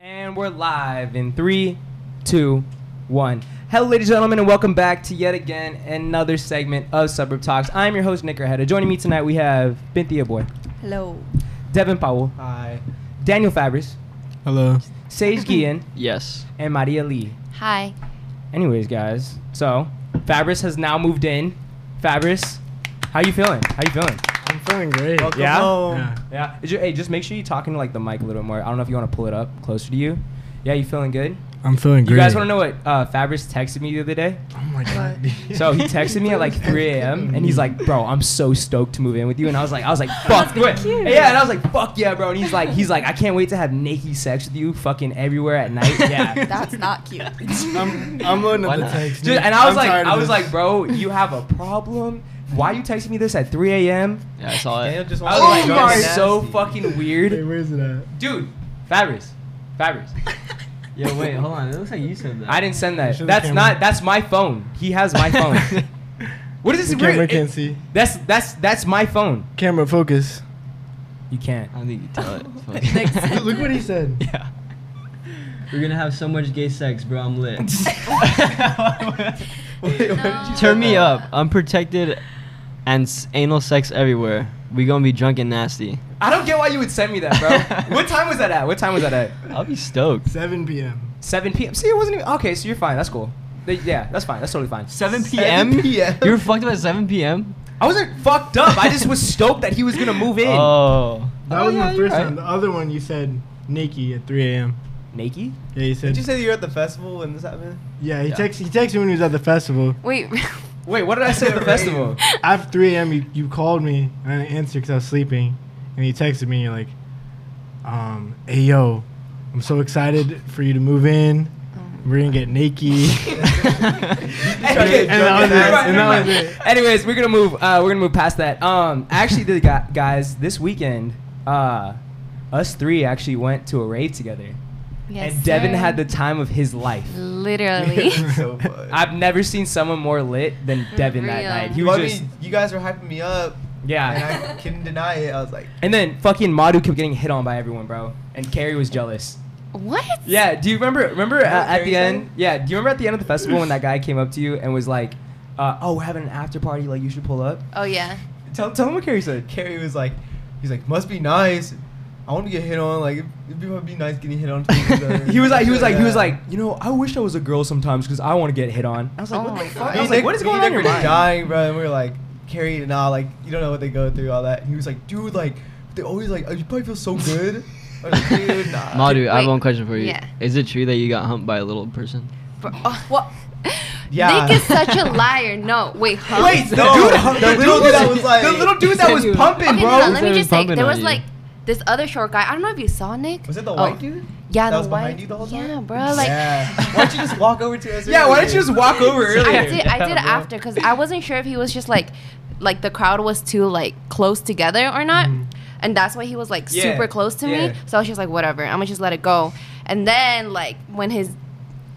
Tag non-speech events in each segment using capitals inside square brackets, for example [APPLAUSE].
And we're live in three, two, one. Hello, ladies and gentlemen, and welcome back to yet again another segment of Suburb Talks. I'm your host, Nick Erheda. Joining me tonight, we have Binthia Boy, Hello. Devin Powell, Hi. Daniel Fabris, Hello. [LAUGHS] Sage Guillen, Yes. and Maria Lee. Hi. Anyways, guys, so Fabris has now moved in. Fabris, how you feeling? How you feeling? I'm feeling great. Welcome Yeah? home. Yeah. Yeah. Is your, hey, just make sure you're talking to like the mic a little bit more. I don't know if you want to pull it up closer to you. Yeah, you feeling good? I'm feeling great. You guys want to know what uh, Fabris texted me the other day? Oh my god. [LAUGHS] So he texted me at like 3 a.m. and he's like, "Bro, I'm so stoked to move in with you." And I was like, "I was like, fuck, what? yeah." And I was like, "Fuck yeah, bro." And he's like, "He's like, I can't wait to have naked sex with you, fucking everywhere at night." Yeah. That's not cute. I'm, I'm loading Why up the not? [LAUGHS] text. Dude, Nick. and I was I'm like, tired of I was this. like, "Bro, you have a problem? Why you texting me this at 3 a.m.?" Yeah, I saw it. just I was wants to like, go. "You're Nasty. so fucking Hey, weird, where's it at? dude." Fabris, Fabris. Yo, wait, hold on. It looks like you said that. I [LAUGHS] didn't send You that. should have That's came not. up. That's my phone. He has my [LAUGHS] [LAUGHS] phone. what is The this? camera weird? can't see. that's that's that's my phone. [LAUGHS] Camera focus. You can't. [LAUGHS] I think you tell it. Fuck. [LAUGHS] Look what he said. yeah. We're gonna have so much gay sex, bro. I'm lit. [LAUGHS] Turn me up. Unprotected and s- anal sex everywhere. We gonna be drunk and nasty. I don't get why you would send me that, [LAUGHS] bro. what time was that at? What time was that at? I'll be stoked. 7 p.m. 7 p.m. See, it wasn't even. Okay, so you're fine. That's cool. They- yeah, that's fine. That's totally fine. 7 p.m. You were fucked up at 7 p.m. I wasn't fucked up. I just was stoked that he was gonna move in. [LAUGHS] Oh. That Oh, was yeah, my you're first right. time. The other one you said Nikki at 3 a.m. Naked? Yeah, he said. Did you say that you were at the festival when this happened? yeah, he Yeah. texted. He texted me when he was at the festival. [LAUGHS] Wait. Wait, what did I [LAUGHS] say at the festival? After 3 a.m., you, you called me and I didn't answer because I was sleeping. And you texted me, you're like, um, hey, yo, I'm so excited for you to move in. Oh We're going to get naked. [LAUGHS] [LAUGHS] [LAUGHS] Okay, And that was it. never mind, And that never was mind. [LAUGHS] Anyways, we're gonna move. Uh, we're gonna move past that. Um, actually, the gu- guys this weekend, uh, us three actually went to a raid together, Yes. and Devin sir. had the time of his life. [LAUGHS] [LAUGHS] Literally. so fun. I've never seen someone more lit than Devin that real. night. He well, was I just mean, you guys were hyping me up, and yeah. [LAUGHS] I couldn't deny it. I was like, And then fucking Madu kept getting hit on by everyone, bro. And Carrie was jealous. what? Yeah. Do you remember? Remember uh, what at Carrie the end? said? Yeah. Do you remember at the end of the festival when that guy came up to you and was like, uh, "Oh, we're having an after party. Like, you should pull up." Oh yeah. Tell tell him what Carrie said. Carrie was like, he's like, must be nice. I want to get hit on. Like, it'd be, it'd be nice getting hit on. [LAUGHS] He was like, he was like, he was [LAUGHS] like, you know, I wish I was a girl sometimes because I want to get hit on. I was like, Oh what the my fuck? God. I was like, what is going on in your mind? Dying, bro. And we were like, Carrie and all like, you don't know what they go through, all that. And he was like, dude, like, they always like, you probably feel so good. I was [LAUGHS] like, dude, nah. Madu, I have Wait. one question for you. Yeah. Is it true that you got humped by a little person? Bro, oh, what? Yeah. [LAUGHS] Nick is [LAUGHS] such a liar. No. Wait. Huh? Wait, the No, dude, the the, little dude that dude that was was like- the little dude that [LAUGHS] was pumping, Okay, bro. no, no, let me They're just say bumping there on was you. like this other short guy. I don't know if you saw Nick. Was it the Oh, white dude? that Yeah, the was white. behind you the whole time? Yeah, bro. [LAUGHS] Like. yeah. Why don't you just walk over to us? yeah, why earlier? didn't you just walk over earlier? I did. I did after because I wasn't sure if he was just like, like the crowd was too like close together or not, and that's why he was like Mm-hmm. Yeah, super close to yeah. me. So I was just like, whatever, I'm gonna just let it go. And then like when his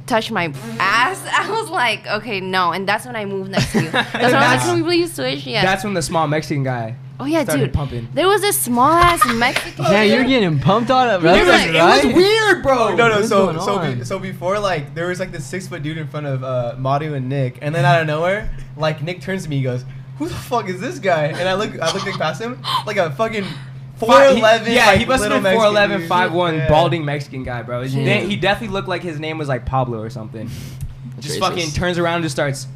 touched my ass, [LAUGHS] I was like, okay, no. And that's when I moved next [LAUGHS] to you. That's when I was That's- like, can we please switch? Yeah. That's when the small Mexican guy oh yeah, started dude. pumping. There was this small ass Mexican. Yeah, you're getting pumped on it, bro. It was- That's it right. It was weird, bro. No, no. What's So, going so, on? be, so before, like, there was like this six foot dude in front of uh, Madu and Nick, and then out of nowhere, like, Nick turns to me, he goes, "Who the fuck is this guy?" And I look, I look like past him, like a fucking four Fi- he- eleven. yeah, like, he must little have been 4'11", Mexican dude. 5'1", Yeah. balding Mexican guy, bro. His Yeah. na- He definitely looked like his name was like Pablo or something. Just racist. fucking turns around and just starts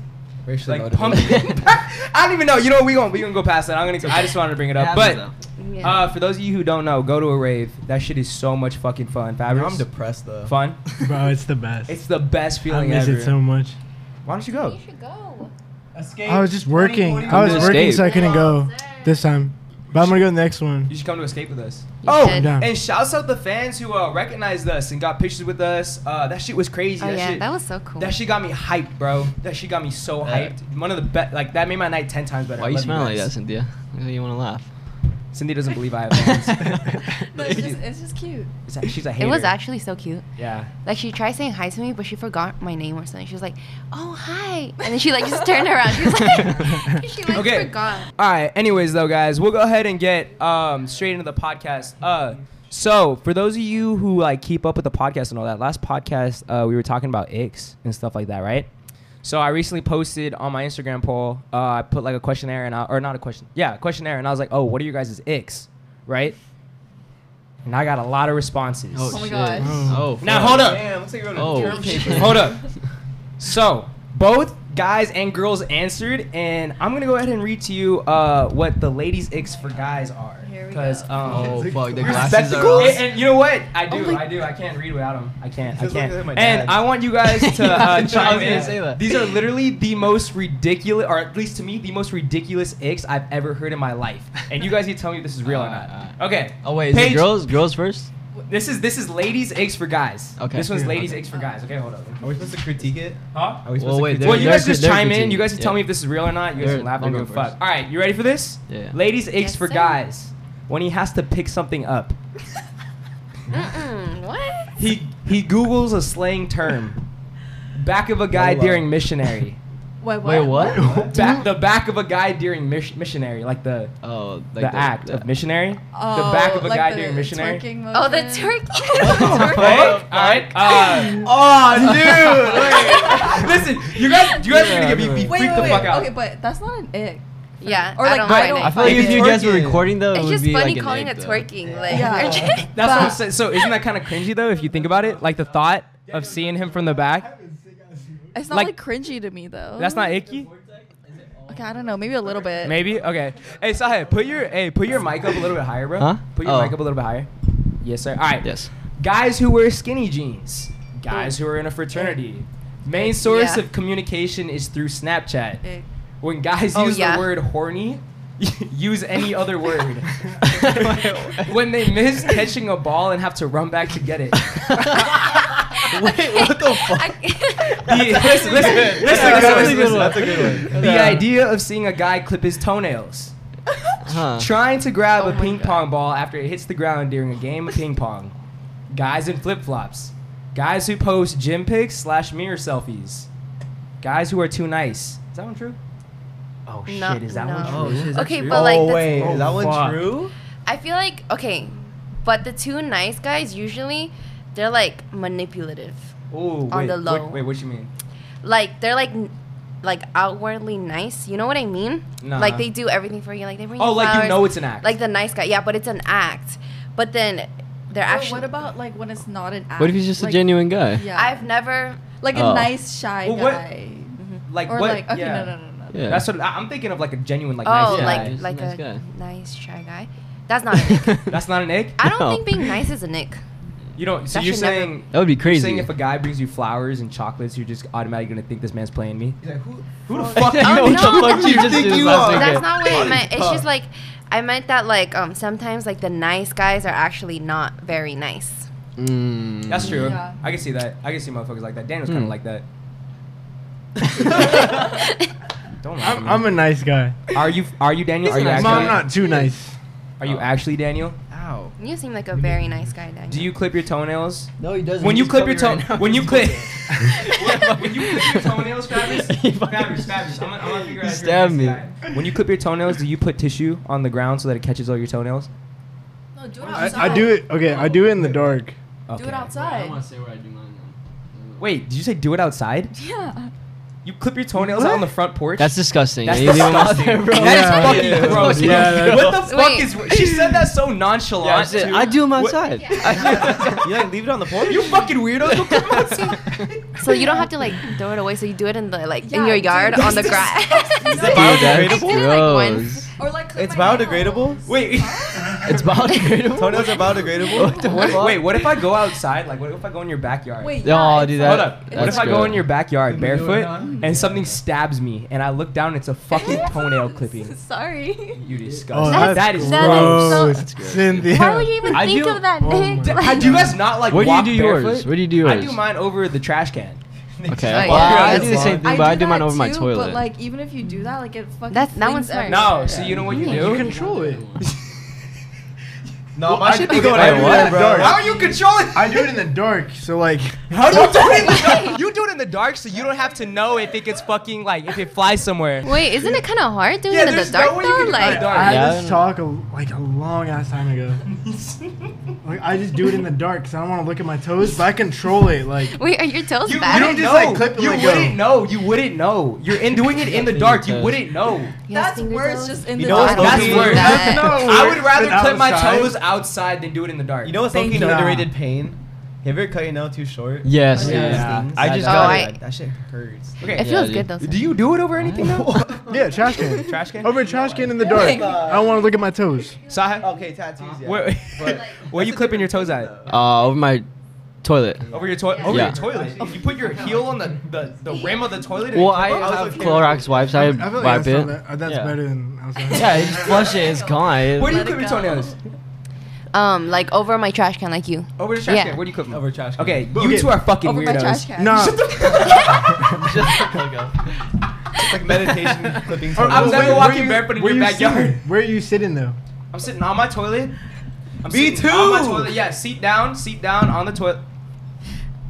Racially like pumping. [LAUGHS] motivated. I don't even know. You know, we gonna we gonna go past that. I'm gonna. I just wanted to bring it up, but. Yeah. Uh, for those of you who don't know, go to a rave. That shit is so much fucking fun. Fabric, I'm depressed though. fun. Bro, it's the best. It's the best I feeling miss ever. it so much. Why don't you go? you should go. I was just working. I was Come to working, so I escape. couldn't go this time. But I'm gonna go to the next one. [LAUGHS] You should come to escape with us. You Oh, should. Yeah. and shouts out the fans who uh, recognized us and got pictures with us. Uh, that shit was crazy. Oh that yeah, shit, that was so cool. That shit got me hyped, bro. That shit got me so Yeah. hyped. One of the best. Like that made my night ten times better. Why I you love smiling like that, guys. Cynthia? You know You want [LAUGHS] to laugh? Cindy doesn't believe I have [LAUGHS] fans. but it's just, it's just cute. It's a- She's a hater. it was actually so cute. Yeah. Like she tried saying hi to me, but she forgot my name or something. She was like, "Oh hi," and then she like just turned around. She [LAUGHS] was like, [LAUGHS] she like Okay. forgot. All right. Anyways, though, guys, we'll go ahead and get um, straight into the podcast. Uh, so for those of you who like keep up with the podcast and all that, last podcast uh, we were talking about icks and stuff like that, right? So I recently posted on my Instagram poll. Uh, I put like a questionnaire and I, or not a question, yeah, a questionnaire, and I was like, oh, what are you guys' icks, right? And I got a lot of responses. Oh my gosh. Oh. Now, fuck. hold up. Damn, looks like you're on a Oh. [LAUGHS] term paper. Hold up. So both guys and girls answered, and I'm gonna go ahead and read to you uh, what the ladies' icks for guys are. Here we Because um, Oh fuck, the Your glasses are spectacles. Oh off. And, and you know what? I do. my- I do. I can't read without them. I can't. I Just look can't. at my dad. And I want you guys to Yeah, [LAUGHS] I uh, was chime gonna in. say that. These are literally the most ridiculous, or at least to me, the most ridiculous icks I've ever heard in my life. And you guys need to tell me if this is real or Alright, not. Okay. Oh wait, is it Paige- girls? Girls first? This is this is ladies' icks for guys. Okay. This one's Yeah, ladies' okay. icks for guys. Okay, hold up. Are we supposed to critique it? Huh? Are we supposed Well, to wait, critique there- Well, you they're guys just criti- they're chime in. critiquing, You guys can tell yeah. me if this is real or not. You guys They're- can laugh. I they're don't give a going fuck. first. All right, you ready for this? Yeah. Ladies aches Yes, for sir. guys. When he has to pick something up, Mm-mm, what? he he googles a slang term. Back of a Oh, guy Yolo. during [LAUGHS] missionary. Wait, what? [LAUGHS] Wait, what? Back the back of a guy during mis- missionary, like the Oh, like the, act of missionary. Oh, the back of a guy during missionary. Oh, the turkey. Okay, All [LAUGHS] right. Uh, Oh, dude! listen, you guys, you guys are gonna Yeah, get me, be I know. Wait, freaked wait, the wait. fuck out. Okay, but that's not an ick. yeah, Or I like, don't why mind don't- I it. feel like Maybe if you guys were twerking. recording though, it It's would just be funny like an calling egg, it though. twerking. [LAUGHS] Like, Yeah. That's what I'm But- saying. So isn't that kind of cringy though, if you think about it? Like the thought of seeing him from the back. It's not Like- like, cringy to me though. That's not icky. Okay, I don't know. Maybe a little [LAUGHS] bit. [LAUGHS] Maybe. Okay. Hey, Sahib, put your hey, put your mic up a little bit higher, bro. Huh? Put your Oh. mic up a little bit higher. Yes, sir. All right. Yes. [LAUGHS] Guys who wear skinny jeans. Guys who are in a fraternity. Main source Yeah. Eh. of communication is through Snapchat. Ick. When guys Oh, use yeah. the word horny, [LAUGHS] use any other word. [LAUGHS] when they [LAUGHS] miss catching a ball and have to run back to get [LAUGHS] it. Wait, what the fuck? [LAUGHS] The- listen, listen, listen, That's listen, a listen, good listen. one. That's a good one. The idea of seeing a guy clip his toenails. Huh. Trying to grab Oh a my ping God. pong ball after it hits the ground during a game of ping pong. Guys in flip flops. Guys who post gym pics slash mirror selfies. Guys who are too nice. Is that one true? Oh shit, No, is that no. one true? Oh, shit, is that Okay, true? but like, oh that's- wait, Oh, is that one fuck. true? I feel like okay, but the two nice guys usually they're like manipulative. Ooh, wait, On the low. What, wait, what you mean? Like they're like n- like outwardly nice. You know what I mean? Nah. Like they do everything for you. Like they bring. Oh, like you flowers. know it's an act. like the nice guy. Yeah, but it's an act. But then they're But actually. what about like when it's not an act? What if he's just Like, a genuine guy? Yeah. I've never. like Oh. a nice shy Well, what- guy. like Or what? like okay, yeah. no, no, no, no. Yeah. That's what I- I'm thinking of. Like a genuine, like oh, nice guy. like He's a like nice a guy. nice shy guy. That's [LAUGHS] not. A nick. That's not an egg. I don't No. think being nice is a [LAUGHS] nick. You don't. So That you're should never- saying That would be You're crazy. saying if a guy brings you flowers and chocolates, you're just automatically gonna think this man's playing me. He's like, who? Who the fuck? You know Oh, what no, the fuck that's you not- [LAUGHS] just Think did you last are. weekend. That's not what I Funny meant. It's fuck. just like I meant that like um sometimes like the nice guys are actually not very nice. [LAUGHS] [LAUGHS] Mm. That's [LAUGHS] true. Yeah. I can see that. I can see motherfuckers like that. Daniel's kind Hmm. of like that. Don't lie to I'm, me. I'm a nice guy. are you are you Daniel? Are you Mom, actually I'm not too nice. are you actually Daniel? Ow. You seem like a very nice guy, Daniel. Do you clip your [LAUGHS] toenails? No, he doesn't. When you clip your toe, when [LAUGHS] you clip, when you clip [LAUGHS] your toenails, Travis, He fucking- Travis, Travis, I'm gonna, I'm gonna figure out. He if you're a stabbed nice me. guy. When you clip your toenails, do you put tissue on the ground so that it catches all your toenails? No, do it I, I do it. Okay, I do it in the dark. Do it outside. to say where I do mine. Wait, did you say do it outside? Yeah. You clip your toenails out on the front porch? That's disgusting. That's And you leave him out disgusting. there, Yeah. bro. That is Yeah. fucking gross. Yeah, that's- what the fuck Wait. is? She said that so nonchalant. Yeah, that's it. too. I do [LAUGHS] him outside. [LAUGHS] You like leave it on the porch? [LAUGHS] You fucking weirdos! Don't come outside. so you don't have to like throw it away. So you do it in the like in Yeah, your dude, yard that's on the grass. disgusting. Is it biodegradable? I did it like once. Gross. Or like clip It's my nails. biodegradable. Wait, [LAUGHS] It's biodegradable. Toenails are biodegradable. What the What, fuck? wait, what if I go outside? Like, what if I go in your backyard? Wait, No, yeah, I'll it's do like- Hold that. up. it's What if That's I go good. in your backyard Can we do it barefoot now? and something stabs me and I look down it's a [LAUGHS] fucking toenail clipping? Sorry. You Oh, disgust. that's, that is gross. gross. That's gross. Cynthia. Why would you even I think do- of that, Oh my Nick? God. Like, Do you guys not like Where do you walk do barefoot? yours? Where do you do I yours? do mine over the trash can. Okay. Oh, well, yeah. I do the That's same long. thing, but I do that mine over my too, toilet. But like, even if you do that, like it fucking. That's- that one's flings smart. everything. No, so you know what you You do? control it. No, Well, mine I should do be it going in the everywhere, dark. bro. How are you controlling? I do it in the dark, so like How do you do it in the dark? You do it in the dark so you don't have to know if it gets fucking like if it flies somewhere. Wait, isn't it kind of hard doing Yeah, it in the there's no dark way you can do though? it in the Like, dark. I Yeah, I had don't this talk a, like a long ass time ago. like I just do it in the dark because I don't want to look at my toes, but I control it. [LAUGHS] Like wait, are your toes You bad? don't wouldn't just, know. like, clip and you let go. wouldn't know. You wouldn't know. You're in doing it [LAUGHS] in the dark. You wouldn't know. You guys That's finger worse. toes? Just in You the know what's dark. That's low-key- worse. That- I would rather But clip my outside- toes outside than do it in the dark. You know what's low-key Thank you. underrated pain? Have you ever cut your nail too short? Yes, Yeah. dude. Yeah. I just Oh, got I- it. Like, that shit hurts. Okay. it Yeah, feels dude. good though. Do you do it over anything though? Yeah, trash can. Trash can. Over a trash can in the dark. I don't want to look at my toes. Sahi, Okay, tattoos. Oh, Yeah. where, [LAUGHS] where you clipping your toes at? Uh, over my toilet. Over your toilet. Over Yeah. your toilet. You put your heel on the, the, the rim of the toilet. and Well, you I clip it? have okay. Clorox wipes. I, I feel like wipe that's, not it. that- uh, that's Yeah. better than outside. Yeah, you just flush it. It's gone. It- Where do you Let clip it your go. toenails? Um, like over my trash can, like you. Over the trash Yeah. can. Where do you clip them? Over trash. can. Okay, Boom. you two are fucking Over my weirdos. trash [LAUGHS] can. Nah. [LAUGHS] It's like [LAUGHS] meditation clipping. Or- I was wait, ever Oh, where walking you- barefoot in where your you backyard. sitting? Where are you sitting though? I'm sitting on my toilet. I'm Me sitting On my too. toilet. Yeah, seat down, seat down on the toilet.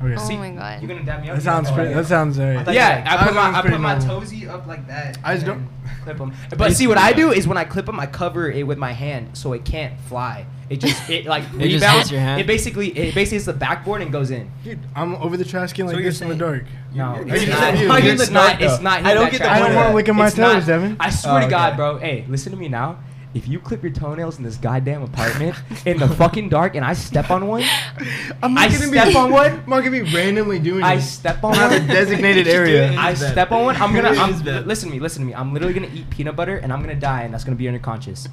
Okay. Oh See, my god. You gonna dab me up? That sounds Oh, pretty. yeah. That sounds alright. thought- Yeah, I put That my sounds I put pretty my normal. toesy up like that. I and just don't- clip them. But see, what I do is when I clip them, I cover it with my hand so it can't fly. It just it like It just rebounds. hits your hand? It basically it basically hits the backboard and goes in. Dude, I'm over the trash can like you're this in the dark. No, it's It's not. not- It's, it's not. not, It's though. not. I don't that get the trash. point I don't wanna of that. look at my It's not- toes, Devin. I swear Oh, to God, okay. bro. Hey, listen to me now. If you clip your toenails in this goddamn apartment in the fucking dark and I step on one, I'm I step [LAUGHS] on one. I'm not gonna be randomly doing [LAUGHS] I this. step on I'm not one. a [LAUGHS] designated Just do it area. in- I It is bad. step on one. I'm gonna. It I'm, is bad. listen to me. Listen to me. I'm literally gonna eat peanut butter and I'm gonna die, and that's gonna be on your [LAUGHS] conscious.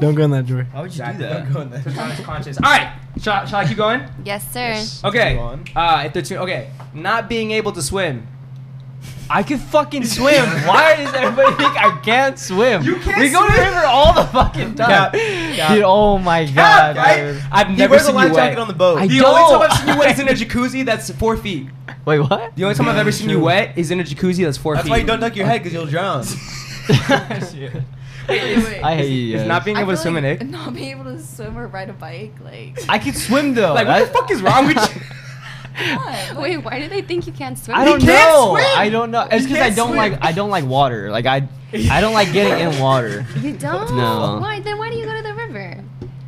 Don't go in that door. Why would you Exactly. do that? Don't go in It's on there. his conscious. All right. Shall, shall I keep going? Yes, sir. Okay. Move on. Uh, if they're too, okay, not being able to swim. I can [LAUGHS] fucking swim. Why does everybody think I can't swim? You can't we go to the swim. river all the fucking time. Cap, cap. Dude, oh my Cap, god. right? dude. I've Ah, He never wears a seen life you uh, wet. jacket on the boat. I the only time don't. I've seen you wet is in a jacuzzi that's four feet. Wait, what? The only time I've ever seen you wet is in a jacuzzi that's four That's feet. why you don't duck your head because you'll drown. [LAUGHS] Shit. Wait, [LAUGHS] wait. I hate you. It's guys. not being I able to feel swim like in it. Not being able to swim or ride a bike, like. I can swim though. Like, what the I- fuck is wrong [LAUGHS] with [LAUGHS] you? What? Wait, why do they think you can't swim? I don't can't know. swim. I don't know. It's because I can't don't swim. like. I don't like water. Like I, I don't like getting in [LAUGHS] water. You don't. No. Why? Then why do you go to the river?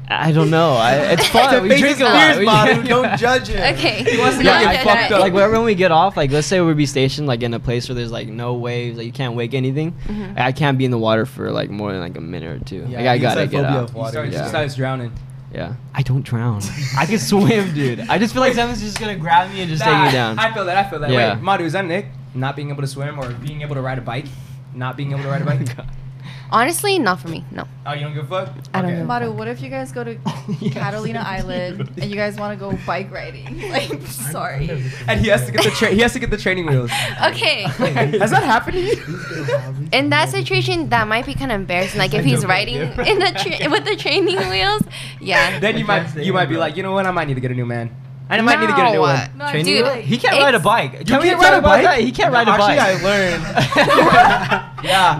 I don't know. I, [LAUGHS] it's fun. we Face drink his a lot. fears, We Manu, drink- Don't judge him. Okay. He wants to Yeah, get I fucked up. Like whenever we get off, like let's say we'd be stationed like in a place where there's like no waves, like you can't wake anything. I can't be in the water for like more than like a minute or two. Mm-hmm. Yeah, like I you gotta said get phobia out. of He water. starts, Yeah. he starts drowning. Yeah, I [LAUGHS] don't drown. I can swim, dude. I just feel like someone's just gonna grab me and just take Nah, me down. I feel that. I feel that. Yeah. Wait, Madu, is that Nick? Not being able to swim or being able to ride a bike? Not being able to ride [LAUGHS] a bike? Honestly, not for me. No. Oh, you don't give a fuck? I don't Okay. Oh, know. Maru, what if you guys [LAUGHS] go to Catalina Island and you guys want to go bike riding? [LAUGHS] Like, [LAUGHS] sorry. And he has to get the tra- he has to get the training wheels. Okay. [LAUGHS] Has that happened to you? In that situation, that might be kind of embarrassing. Like if he's riding in [LAUGHS] the tra- with the training wheels, yeah. [LAUGHS] Then you might you might be like, you know what? I might need to get a new man. I might need to get a new one. No. No, Training Dude, wheel? he can't ride a bike. Can You we can't talk ride a about bike? that? He [LAUGHS] can't ride a Actually, bike. I [LAUGHS] learned. yeah.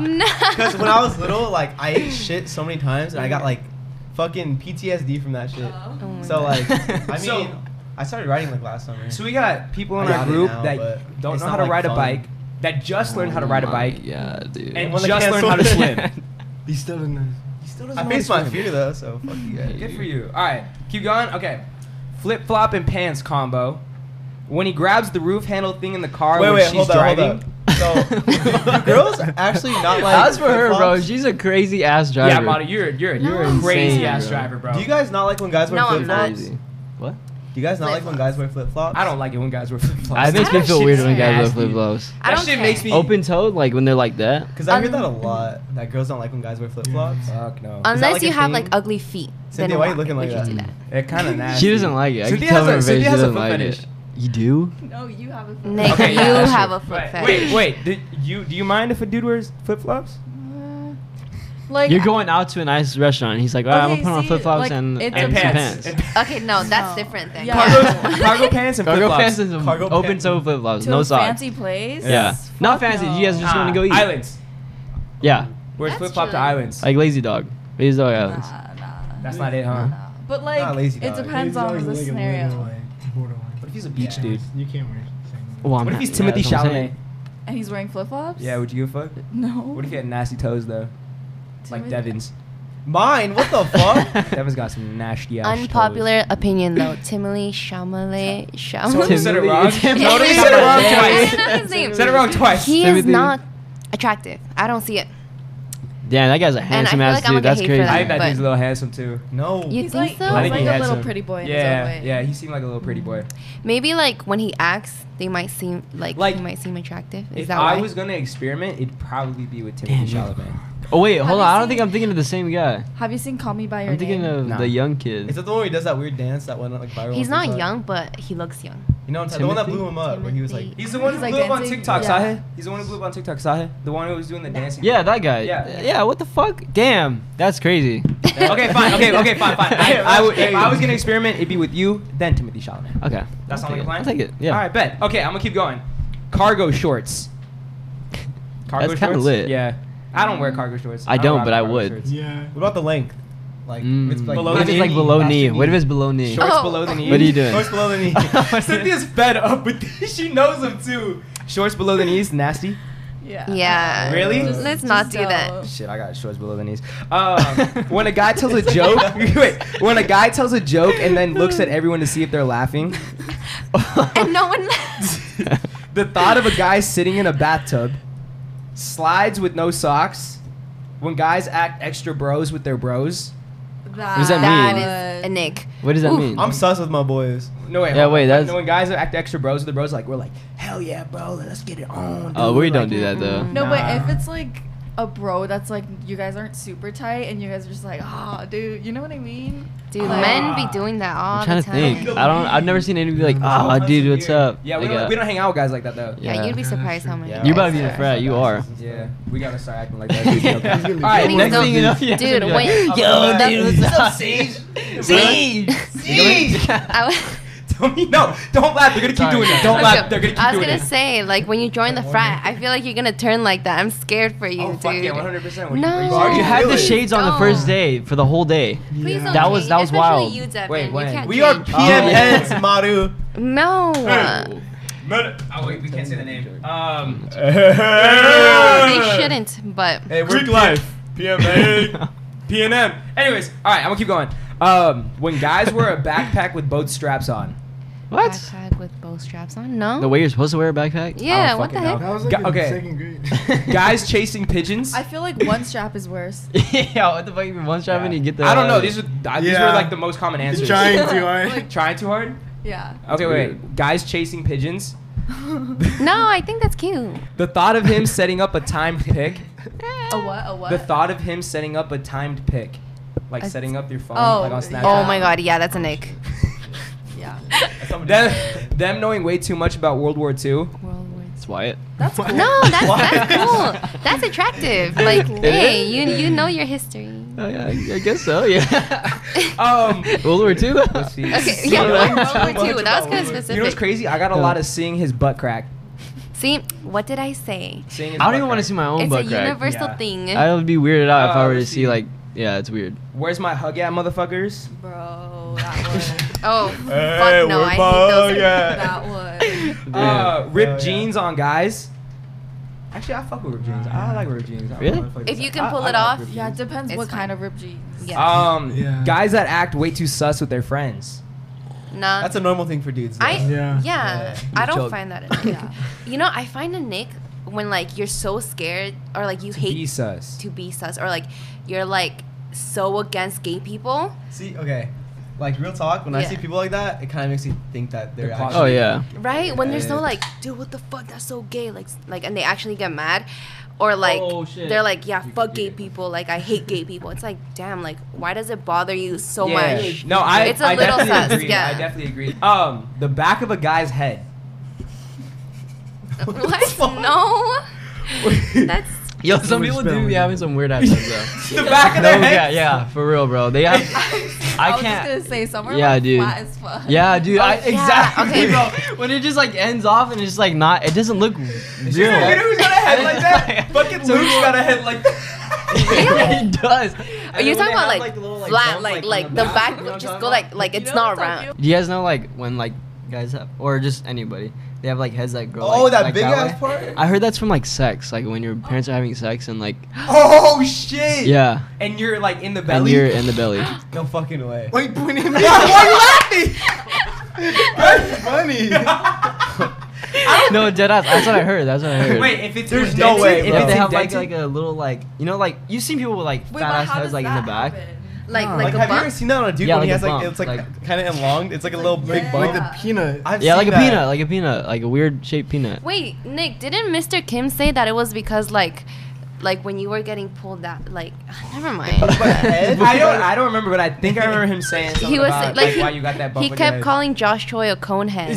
Because when I was little, like I ate shit so many times, and I got like fucking PTSD from that shit. Oh. so like, I mean, So- I started riding like last summer. So we got people in I our got it group now, that but don't it's know how not, to like, ride a fun. bike, that just learned how to ride a bike, Yeah, Oh dude. and Well, they just can't learned how to swim. swim. [LAUGHS] He still doesn't know. I faced my fear though, so fuck [LAUGHS] you guys. Good for you. All right, keep going. Okay, flip flop and pants combo. When he grabs the roof handle thing in the car Wait, when wait, she's hold up, hold driving. up. [LAUGHS] So, do girls actually not like. That's for her, bro. flip-flops? She's a crazy ass driver. Yeah, Madi, you're you're, you're a insane, crazy ass bro. driver, bro. Do you guys not like when guys wear No, I'm flip flops? not. What? Do you guys not like when guys wear flip flops? I don't like it when guys wear flip flops. I makes me That feel shit's weird when guys wear nasty. flip flops. I That don't shit care. makes me- Open toed, like when they're like that. Because I hear Um, that a lot. That girls don't like when guys wear flip flops. Fuck no. Unless like a you have like thing? ugly feet. Cynthia, then why you why looking like would that? You do that? It kind [LAUGHS] of nasty. She doesn't like it. I Cynthia can tell has a- her face. Cynthia She has a doesn't foot like fetish. it. You do? No, you have a Nick, Okay, you yeah, that's have true. a Wait, foot Wait, fetish. wait. Do you do you mind if a dude wears flip flops? Like You're going out to a nice restaurant. And he's like, all right, I'm Okay, gonna put on see, flip flops like, and, it's and a some pants. Uh, [LAUGHS] And pants. Okay, no, that's No. different then. Yeah. [LAUGHS] Cargo, cargo pants and Cargo flip flops. pants and some Cargo open pants. toe flip flops. to No a socks. fancy place. Yeah. Fuck Not fancy. You guys no. just want to go eat. Islands. Yeah. Wears That's flip flop to true. islands. Like Lazy Dog. Lazy Dog Islands. Nah, nah. That's not it, huh? But like, Not lazy it dog. depends He's always on the like a scenario. borderline- borderline. What if he's a beach Yeah. dude? You can't wear sandals. Well, I'm What if not- he's yeah, Timothy that's what I'm Chalamet? saying. And he's wearing flip flops. Yeah, would you give a fuck? No. What if he had nasty toes though? Like [LAUGHS] Timothy- Devin's. Mine? What the fuck? Devin's got some nasty ass [LAUGHS] Unpopular opinion though. Timely Shamale Toes. Tim- [LAUGHS] So Shamale. said it [LAUGHS] wrong. Tim- Totally Tim- said it wrong Yeah. [LAUGHS] I twice. don't know his name. Said it wrong twice. He is Timothy. not attractive. I don't see it. [LAUGHS] Damn, that guy's a I handsome feel ass like I'm dude. gonna That's hate for crazy. I think that But- dude's a little handsome too. no. You He's think like, so? he's I think like he a had little some. pretty boy. In yeah, his own way. yeah, he seemed like a little pretty boy. Maybe like when he acts, they might seem like, Like, he might seem attractive. Is If that I why? was gonna experiment, it'd probably be with Timothy Damn, Chalamet. Oh wait, hold on. you I don't seen- think I'm thinking of the same guy. Have you seen Call Me by Your I'm thinking Name? of Nah. the young Is kid. that the one where he does that weird dance that went like viral? He's on not TikTok? young, but he looks young. You know what I'm talking? The one that Timothy? blew him up, where he was like, Timothy. He's the one He's who like blew up on dancing? TikTok, Yeah. Sahe. He's the one who blew up on TikTok, Sahe. The one who was doing the dancing. Yeah, that guy. Yeah. Yeah. what the fuck? Damn, that's crazy. [LAUGHS] okay, fine. Okay, okay, fine, [LAUGHS] fine. I, I would, if I was gonna experiment, it'd be with you, then Timothy Chalamet. Okay. That sound like a I'll take it. plan. I'll take it. Yeah. All right, bet. Okay, I'm gonna keep going. Cargo shorts. Cargo That's kinda shorts? lit. Yeah. I don't wear cargo shorts. I don't, rock but I cargo would. shorts. Yeah. What about the length? Like, Mm. it's like Below what if the it's like knee. below Past knee? your knee. What if it's below knee? Shorts Oh. below the knee. What are you doing? Shorts below [LAUGHS] the [LAUGHS] knee. Cynthia's fed up with [LAUGHS] this. She knows them too. Shorts below the knees, nasty. Yeah. Yeah. Really? Let's Uh, Just not do don't. that. Shit, I got shorts below the knees. Um, when a guy tells a joke, [LAUGHS] wait, when a guy tells a joke and then looks at everyone to see if they're laughing, [LAUGHS] and no [LAUGHS] one. the thought of a guy sitting in a bathtub, slides with no socks, when guys act extra bros with their bros. That, does that that mean? is a Nick. What does that Oof, mean? I'm sus with my boys. No wait, Yeah, hold on. wait, that's- no, when guys act extra bros with their bros, like we're like, hell yeah, bro, let's get it on. oh, dude." we Like, don't do that though. No, but Nah. if it's like a bro that's like you guys aren't super tight and you guys are just like, ah, dude, you know what I mean? Dude, Like- men be doing that all I'm trying the to time. think. I don't. I've never seen anybody like, Yeah. oh, dude, what's up? Yeah, we Like, don't, uh, we don't hang out with guys like that though. Yeah, Yeah. you'd be Yeah, surprised sure. how many. Yeah. guys You better be are. the frat. You are. Yeah, we gotta start acting [LAUGHS] like that. [LAUGHS] All right, Next Please next [LAUGHS] don't. thing you know, yeah, [LAUGHS] Dude, you're like, wait. Yo, Alright. dude, what's [LAUGHS] up, Sage? Sage. [LAUGHS] [LAUGHS] I was, Tell me no. Don't laugh. They're gonna keep Sorry, doing it. guys. Don't I'm laugh. They're gonna keep I was doing gonna it. say, like, when you join the frat, I feel like you're gonna turn like that. I'm scared for you, oh dude. fuck yeah, 100. percent No. You had the Really? shades on the No. first day for the whole day. Please don't That was- change, that was especially wild. You, Devin. Wait, You when? can't [LAUGHS] We are change. PMNs, Maru. No. Uh, Oh wait, we can't say the name. Um, they shouldn't, but Hey, we're Greek life. PMA. PNM. Anyways, all right, I'm gonna keep going. Um, when guys wear a backpack with both straps on. [LAUGHS] What? backpack with bow straps on. No. The way you're supposed to wear a backpack? I yeah. don't What the fucking heck? know. That was like Gu- okay. in second grade. [LAUGHS] Guys chasing pigeons. I feel like one strap [LAUGHS] is worse. yeah, what the fuck? Even one shot Yeah. when you get the. uh, I don't know. [LAUGHS] These are I these were Yeah. like the most common answers. trying [LAUGHS] [LAUGHS] too hard. Trying too hard. [LAUGHS] Yeah. Okay, wait. weird. Guys chasing pigeons. No, I think that's cute. The thought of him setting up a timed pick. A what? A what? The thought of him setting up a timed pick, like I- setting up your phone, Oh, like on yeah. Snapchat. Oh my god. Yeah, that's a Nick. Yeah. [LAUGHS] Them, them knowing way too much about World War II. World War It's Wyatt. That's cool. No, that's Why? that's [LAUGHS] cool. That's attractive. Like, It hey, is? you you know your history. Oh, yeah, [LAUGHS] I I guess so, yeah. [LAUGHS] Um, World War II? let's see. [LAUGHS] Okay, You yeah, know- World World War Much about World Two. That was kind of War II. You know what's specific. crazy? I got a lot of seeing his butt crack. See, what did I say? Seeing his I don't butt even crack. want to see Oh my own It's a butt crack. universal Yeah. thing. I would be weirded out if Oh, I were to let's see, see. like, yeah, it's weird. Where's my hug at, motherfuckers? Bro, that one. oh, Hey, fuck no! we're I hate bug- those. that one. Uh, Oh, ripped yeah. jeans on guys. Actually, I fuck with ripped jeans. I like ripped jeans. I Really? motherfuckers- If you can I- pull I it like off, ripped Yeah, it jeans. depends It's what fine. kind of ripped jeans. Yeah. Um, Yeah. guys that act way too sus with their friends. nah. That's a normal thing for dudes. though. um, I yeah. Yeah. I don't Joke. [LAUGHS] find that a nick. Yeah. You know, I find a nick when like you're so scared or like you To hate be sus. to be sus or like you're like so against gay people. See, okay. Like real talk, when I Yeah. see people like that, it kind of makes you think that they're. They're actually- Oh yeah. right? When there's no Yeah. like, dude, what the fuck? That's so gay. Like, s- like, and they actually get mad, or like, Oh, shit. they're like, yeah, You can fuck do gay that. people. Like, I hate gay people. It's like, damn, like, why does it bother you so Yeah. much? No, I. It's a I little definitely sus, agree. yeah. I definitely agree. Um, the back of a guy's head. [LAUGHS] [LAUGHS] what? No, that's Yo, some people do spelling. be having some weird ideas though. the [LAUGHS] back of no, their yeah, head. yeah, for real, bro. They have. I, I was just can't. gonna say somewhere Yeah, yeah, dude. flat as fuck. Yeah, dude. I, Oh, yeah, exactly, okay. bro. When it just like ends off and it's just like not, it doesn't look real. You know who's got a head like that? Fucking So Luke's you- got a head like [LAUGHS] it does. Are you talking about like, flat, like like the back, just go like like it's not round. Do you guys know like when like guys have, or just anybody, they have like heads that grow. Oh, like- that like big way? ass [LAUGHS] part. I heard that's from like sex, like when your parents are having sex and like Oh shit! yeah, And you're like in the and belly. you're in the belly. No fucking way. Wait, pointing me. yeah, why are you laughing? That's [LAUGHS] funny. no, dead ass. That's what I heard. That's what I heard. Wait, if it's There's no indented- way, If bro. if it's they have like, indented, like a little like you know like you've seen people with like fat Wait, but ass how heads does like in that the back. happen? [LAUGHS] Like Huh. [LAUGHS] Like, like a have you ever bump. seen that on a dude Yeah, when he like has a like bump, it's like, like- kind of elonged? It's like a Like, little big yeah. Like bump. the peanut. I've Yeah, like seen a that. peanut, like a peanut, like a weird shaped peanut. Wait, [LAUGHS] Nick, didn't Mr. Kim say that it was because like like when you were getting pulled out, like [SIGHS] never mind. But [LAUGHS] head? I don't. I don't remember, but I think I remember him saying something He was about like, like, he, why you got that bump. he with kept your head. calling Josh Choi a conehead.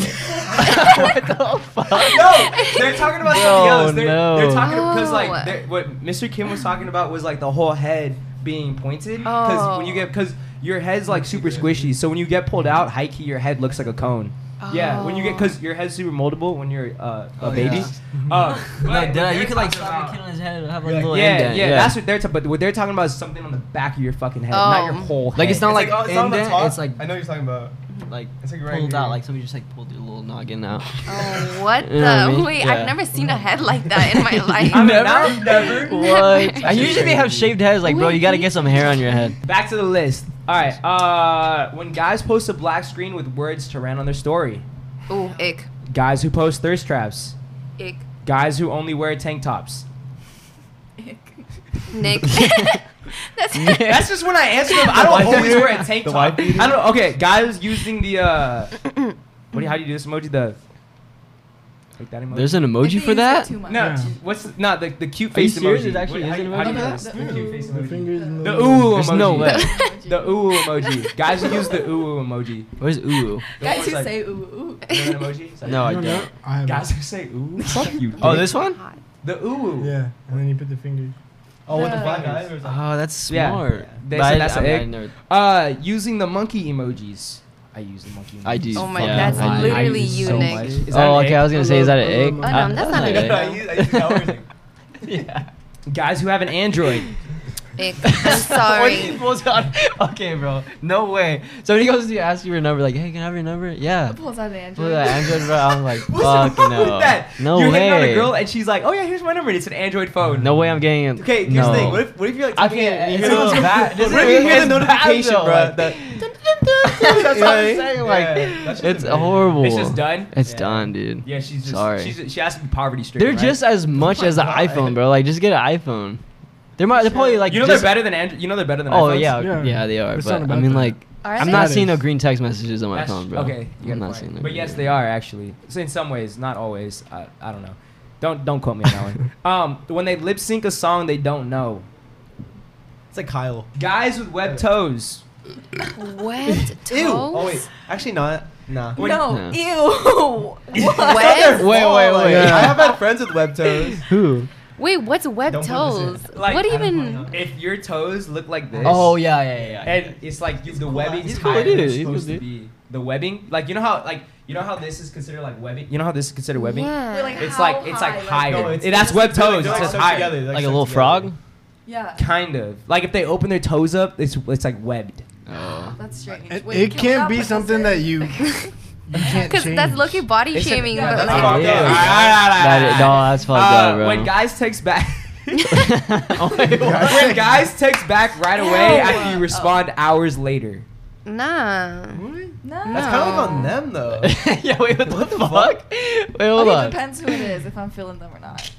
what the fuck? No, they're talking [LAUGHS] about something No, else. They're, no. they're talking because Oh. like they're- what Mr. Kim was talking about was like the whole head being pointed because when you Oh. get because your head's like super squishy, so when you get pulled out, high key, your head looks like a cone. [LAUGHS] Yeah, when you Oh. get because your head's super moldable when you're uh, a Oh, baby. yeah. Uh, but No, duh, what you they're could like talking slap a about- kid on his head and have You're like, like, a little yeah, yeah, indent. that's what they're talking. But what they're talking about is something on the back of your fucking head, not your Oh. whole. Like, it's head. not like oh, on the indent, top. it's like- I know what you're talking about. like It's like right pulled out, here. like somebody just like pulled your little noggin out. oh, what the? You know what I mean? Wait, Yeah. I've never seen a head like that [LAUGHS] in my life. [LAUGHS] I mean, [LAUGHS] Never? now- Never. what? I usually they have shaved heads. Like, bro, you gotta get some hair on your head. Back to the list. All right. Uh, when guys post a black screen with words to rant on their story, Ooh, ick, guys who post thirst traps, ick, guys who only wear tank tops. [LAUGHS] Nick. [LAUGHS] That's [LAUGHS] That's just when I answer them. I The don't wife always beater? wear a tank The top. wife beater? I don't. Okay, guys using the uh, what do you, how do you do this emoji? The like that emoji. There's an I think emoji you for said that. too much. no. Yeah. What's not the the cute Are you face serious? emoji? It actually What- is an how- how do emoji? you Yeah. do this? The cute face The emoji. fingers and The ooh There's emoji. no way. The ooh emoji. Guys who use the ooh emoji. Where's ooh? The Guys ones who like- say ooh ooh. You know [LAUGHS] that emoji? It's like- No, I You don't know? don't. I have Guys who say ooh, fuck you. Oh, dick. this one? hot. the ooh. Yeah, and then you put the [LAUGHS] fingers. Oh, with the No. black eyes. or [LAUGHS] something? Oh, that's Yeah. smart. They But said I- that's I- an I egg. never- Uh, using the monkey emojis. I use the monkey. Emojis. I do. Oh my yeah, god, that's I do. literally I use it you, so Nick. much. Is that Oh, an okay. I egg? was gonna say, is that an egg? Oh, no, Uh, that's not an an egg. I used- I used to tell her, like, [LAUGHS] Yeah. Guys who have an Android. Ick. [LAUGHS] [LAUGHS] I'm When he sorry. pulls out- okay, bro. No way. Somebody goes to you, asks you your number, like, hey, can I have your number? Yeah. Pulls out an Pull Android. that Android, [LAUGHS] bro. I'm like, [LAUGHS] What's the fuck fuck no. with that? No You're hitting on way. a girl and she's like, "Oh yeah, here's my number. and It's an Android phone." No way I'm getting it. Okay, here's no. the thing. [LAUGHS] [LAUGHS] What if, what if you're like I typing it can't. and you It's hear the, so bad. This what if is- you hear the it's bad, notification, though, bro? [LAUGHS] like- [LAUGHS] that- That's what I'm Yeah. saying. Like, Yeah, [LAUGHS] that's it's just a- horrible. It's just done. It's Yeah. done, dude. Yeah, she's just. Sorry. She's, she has to be poverty stricken. they're right? just as much as an God. iPhone, bro. Like, just get an iPhone. They're, mo- they're probably like. you know just, they're better than Android. You know they're better than. Oh iPhones? yeah, Yeah. yeah, they are. There's But something I about mean, that. like, Are I'm they? not That seeing no is- green text messages on my That's- phone, bro. Okay, you I'm got not a seeing. point. no But green yes, text. they are actually. So in some ways, not always. I, I don't know. Don't don't quote me on that [LAUGHS] one. Um, when they lip sync a song they don't know. It's like Kyle. Guys with webbed toes. Wet [LAUGHS] toes. Oh wait, actually not. Nah. When- No, Yeah. ew. Wet. Wait, wait, wait. I have had friends with web toes. Who? Wait, what's web Don't put toes? this Like, what I don't even? If your toes look like this. Oh yeah, yeah, yeah. yeah. And it's like you, the webbing's He's cool, higher dude. than it's He's cool, supposed to dude. be. The webbing, like you know how like you know how this is considered like webbing. You know how this is considered webbing. We're like, [LAUGHS] Yeah. It's how like it's like higher. high, No, it's- It- that's web toes. They're It says stuck higher. together, they're like a stuck little together. frog. Yeah, Kind of like if they open their toes up, it's it's like webbed. [LAUGHS] Oh. that's strange. It, Wait, it can we can't not be put this something in? that [LAUGHS] you you can't Because change. that's lucky body They said- shaming. yeah, but that's like, fucked up. Yeah. All right, all right, all That right, is- no, all right. that's fucked up, bro. When guys text back. [LAUGHS] [LAUGHS] [LAUGHS] Oh, wait, Guys what? when text- guys text back right away Ew. after you respond hours later. nah. No. That's kind of like on [LAUGHS] them though. [LAUGHS] yeah, wait, what, the, fuck? Wait, hold okay, on. depends who it is. If I'm feeling them or not.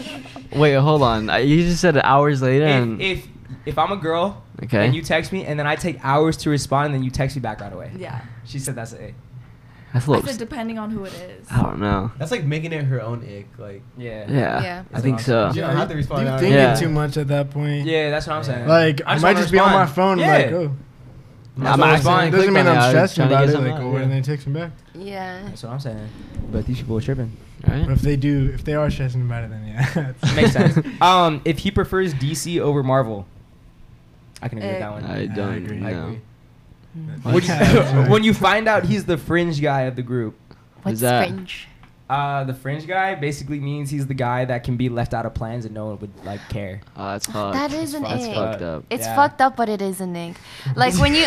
[LAUGHS] Wait, hold on. I- You just said hours later, If, and if If I'm a girl Okay. and you text me and then I take hours to respond, then you text me back right away. Yeah. She said that's a. That's a I little. said depending on who it is. I don't know. That's like making it her own ick. Like Yeah. Yeah. Yeah. I think so. You don't have to respond You now. thinking Yeah. too much at that point. Yeah, that's what I'm saying. Like I, just might wanna just be on my respond. phone. Yeah. Like, oh, I'm That's what actually saying. gonna click doesn't mean on it. I'm I was stressing trying to about get it. something Like, out, oh, yeah. and they text me back. Yeah. That's what I'm saying. But these people are tripping. Alright. [LAUGHS] But if they do, if they are stressing about it, then yeah, it's- Makes sense. [LAUGHS] Um, if he prefers DC over Marvel, I can agree with that one. I Yeah, I don't agree. know. I agree. Which- [LAUGHS] Yeah, [LAUGHS] right. when you find out he's the fringe guy of the group, What's that? fringe? uh, the fringe guy basically means he's the guy that can be left out of plans and no one would like care. Oh, that's fucked. That is an That's egg. fucked up. It's Yeah. fucked up, but it is an egg. Like when [LAUGHS] you.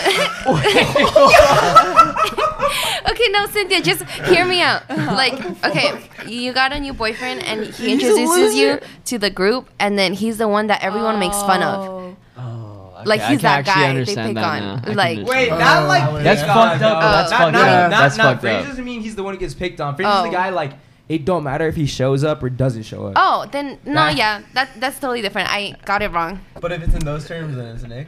okay, no, Cynthia, just hear me out. Like, okay, you got a new boyfriend, and he introduces you to the group, and then he's the one that everyone makes fun of. Oh. Oh, okay, Like, I he's can that actually guy they understand pick that on. now. I can Like- understand Wait, that. not Oh, like yeah. That's God, fucked up, no. though. That's not, fucked not, up. Not, That's not fucked fringe up. doesn't mean he's the one who gets picked on. Fringe is Oh. the guy like it don't matter if he shows up or doesn't show up. Oh, then no, That- yeah, that that's totally different. I got it wrong. But if it's in those terms, then it's an ick.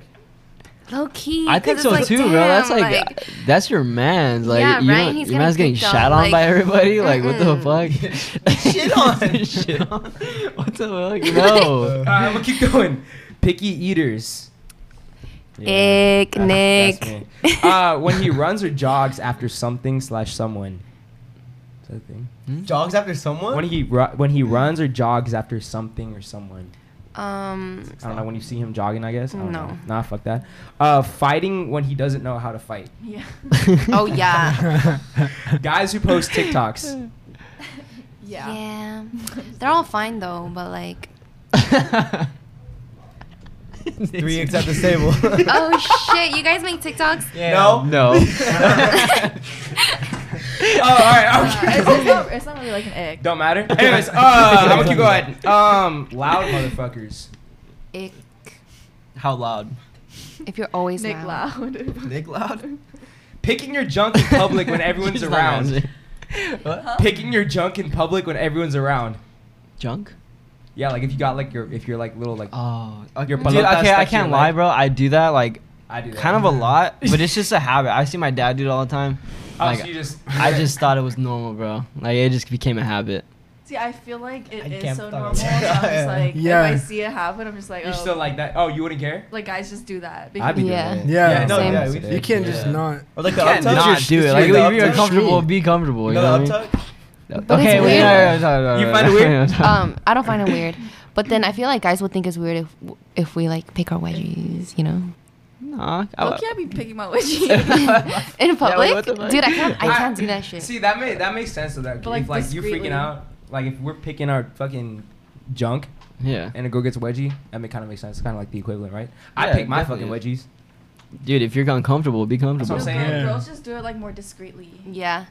Low key. I think 'cause it's so like, too, bro. That's damn, like, that's your man's. Like, Yeah, you right? don't- He's your man's getting getting picked shot on, on, by like- everybody. Like, what the fuck? [LAUGHS] Shit [LAUGHS] on. shit on. What the fuck? No. All [LAUGHS] right, I'm gonna keep going. Picky eaters. Ick, that- Nick. that's me. uh, when he runs or jogs after something slash someone. Is that a thing? Jogs after someone. When he ru- when he runs or jogs after something or someone. um, I don't know when you see him jogging. I guess. I don't No. Know. Nah, fuck that. Uh, fighting when he doesn't know how to fight. Yeah. [LAUGHS] [LAUGHS] oh yeah, [LAUGHS] Guys who post TikToks. Yeah. yeah. They're all fine though, but like, Three icks at the table. [LAUGHS] [LAUGHS] oh shit, you guys make TikToks? No. No. oh, all right. Uh, Okay. [LAUGHS] [LAUGHS] it's, it's not, it's not really like an egg. Don't matter. Anyways, uh, I'm [LAUGHS] gonna keep going. Um, loud motherfuckers. Ick. [LAUGHS] How loud? If you're always Nick loud. loud. [LAUGHS] Nick loud. Picking your junk in public [LAUGHS] when everyone's She's not around. answering. What? Picking your junk in public when everyone's around. Junk? Yeah, like if you got like your if your like little like Oh. Your Dude, palotas okay, stuck I to can't your lie, leg. bro. I do that like I do that. kind of a lot, but it's [LAUGHS] just a habit. I see my dad do it all the time. Oh, Like, so you just I [LAUGHS] just thought it was normal, bro. Like it just became a habit. See, I feel like it I is can't so fuck normal. with So I'm that. just like, Yeah. if I see it happen, I'm just like, oh, you're still like that. Oh, you wouldn't care? like guys just do that. I'd be Because doing Yeah. it. Yeah. no, Same. yeah, we- Yeah. you can't just Yeah. not. Or like the Can't uptuck. not do it. It's Like your if you're uptuck. comfortable, be comfortable. You You know know what I the mean? uptuck? But it's weird. You find it weird? [LAUGHS] Um, I don't find it weird, but then I feel like guys would think it's weird if if we like pick our wedgies, [LAUGHS] you know, Nah, I- I can't be picking my wedgie. [LAUGHS] in public. what the fuck? Dude, I can't. I can't do [LAUGHS] that shit. Ah, See, that may that makes sense to that. But, if like, like you discreetly. freaking out, like if we're picking our fucking junk yeah, and a girl gets a wedgie, that may kind of make sense. It's kind of like the equivalent, right? I Yeah, pick my fucking definitely. wedgies. dude. If you're uncomfortable, be That's comfortable. what I'm saying. Yeah. Girls just do it like more discreetly. yeah.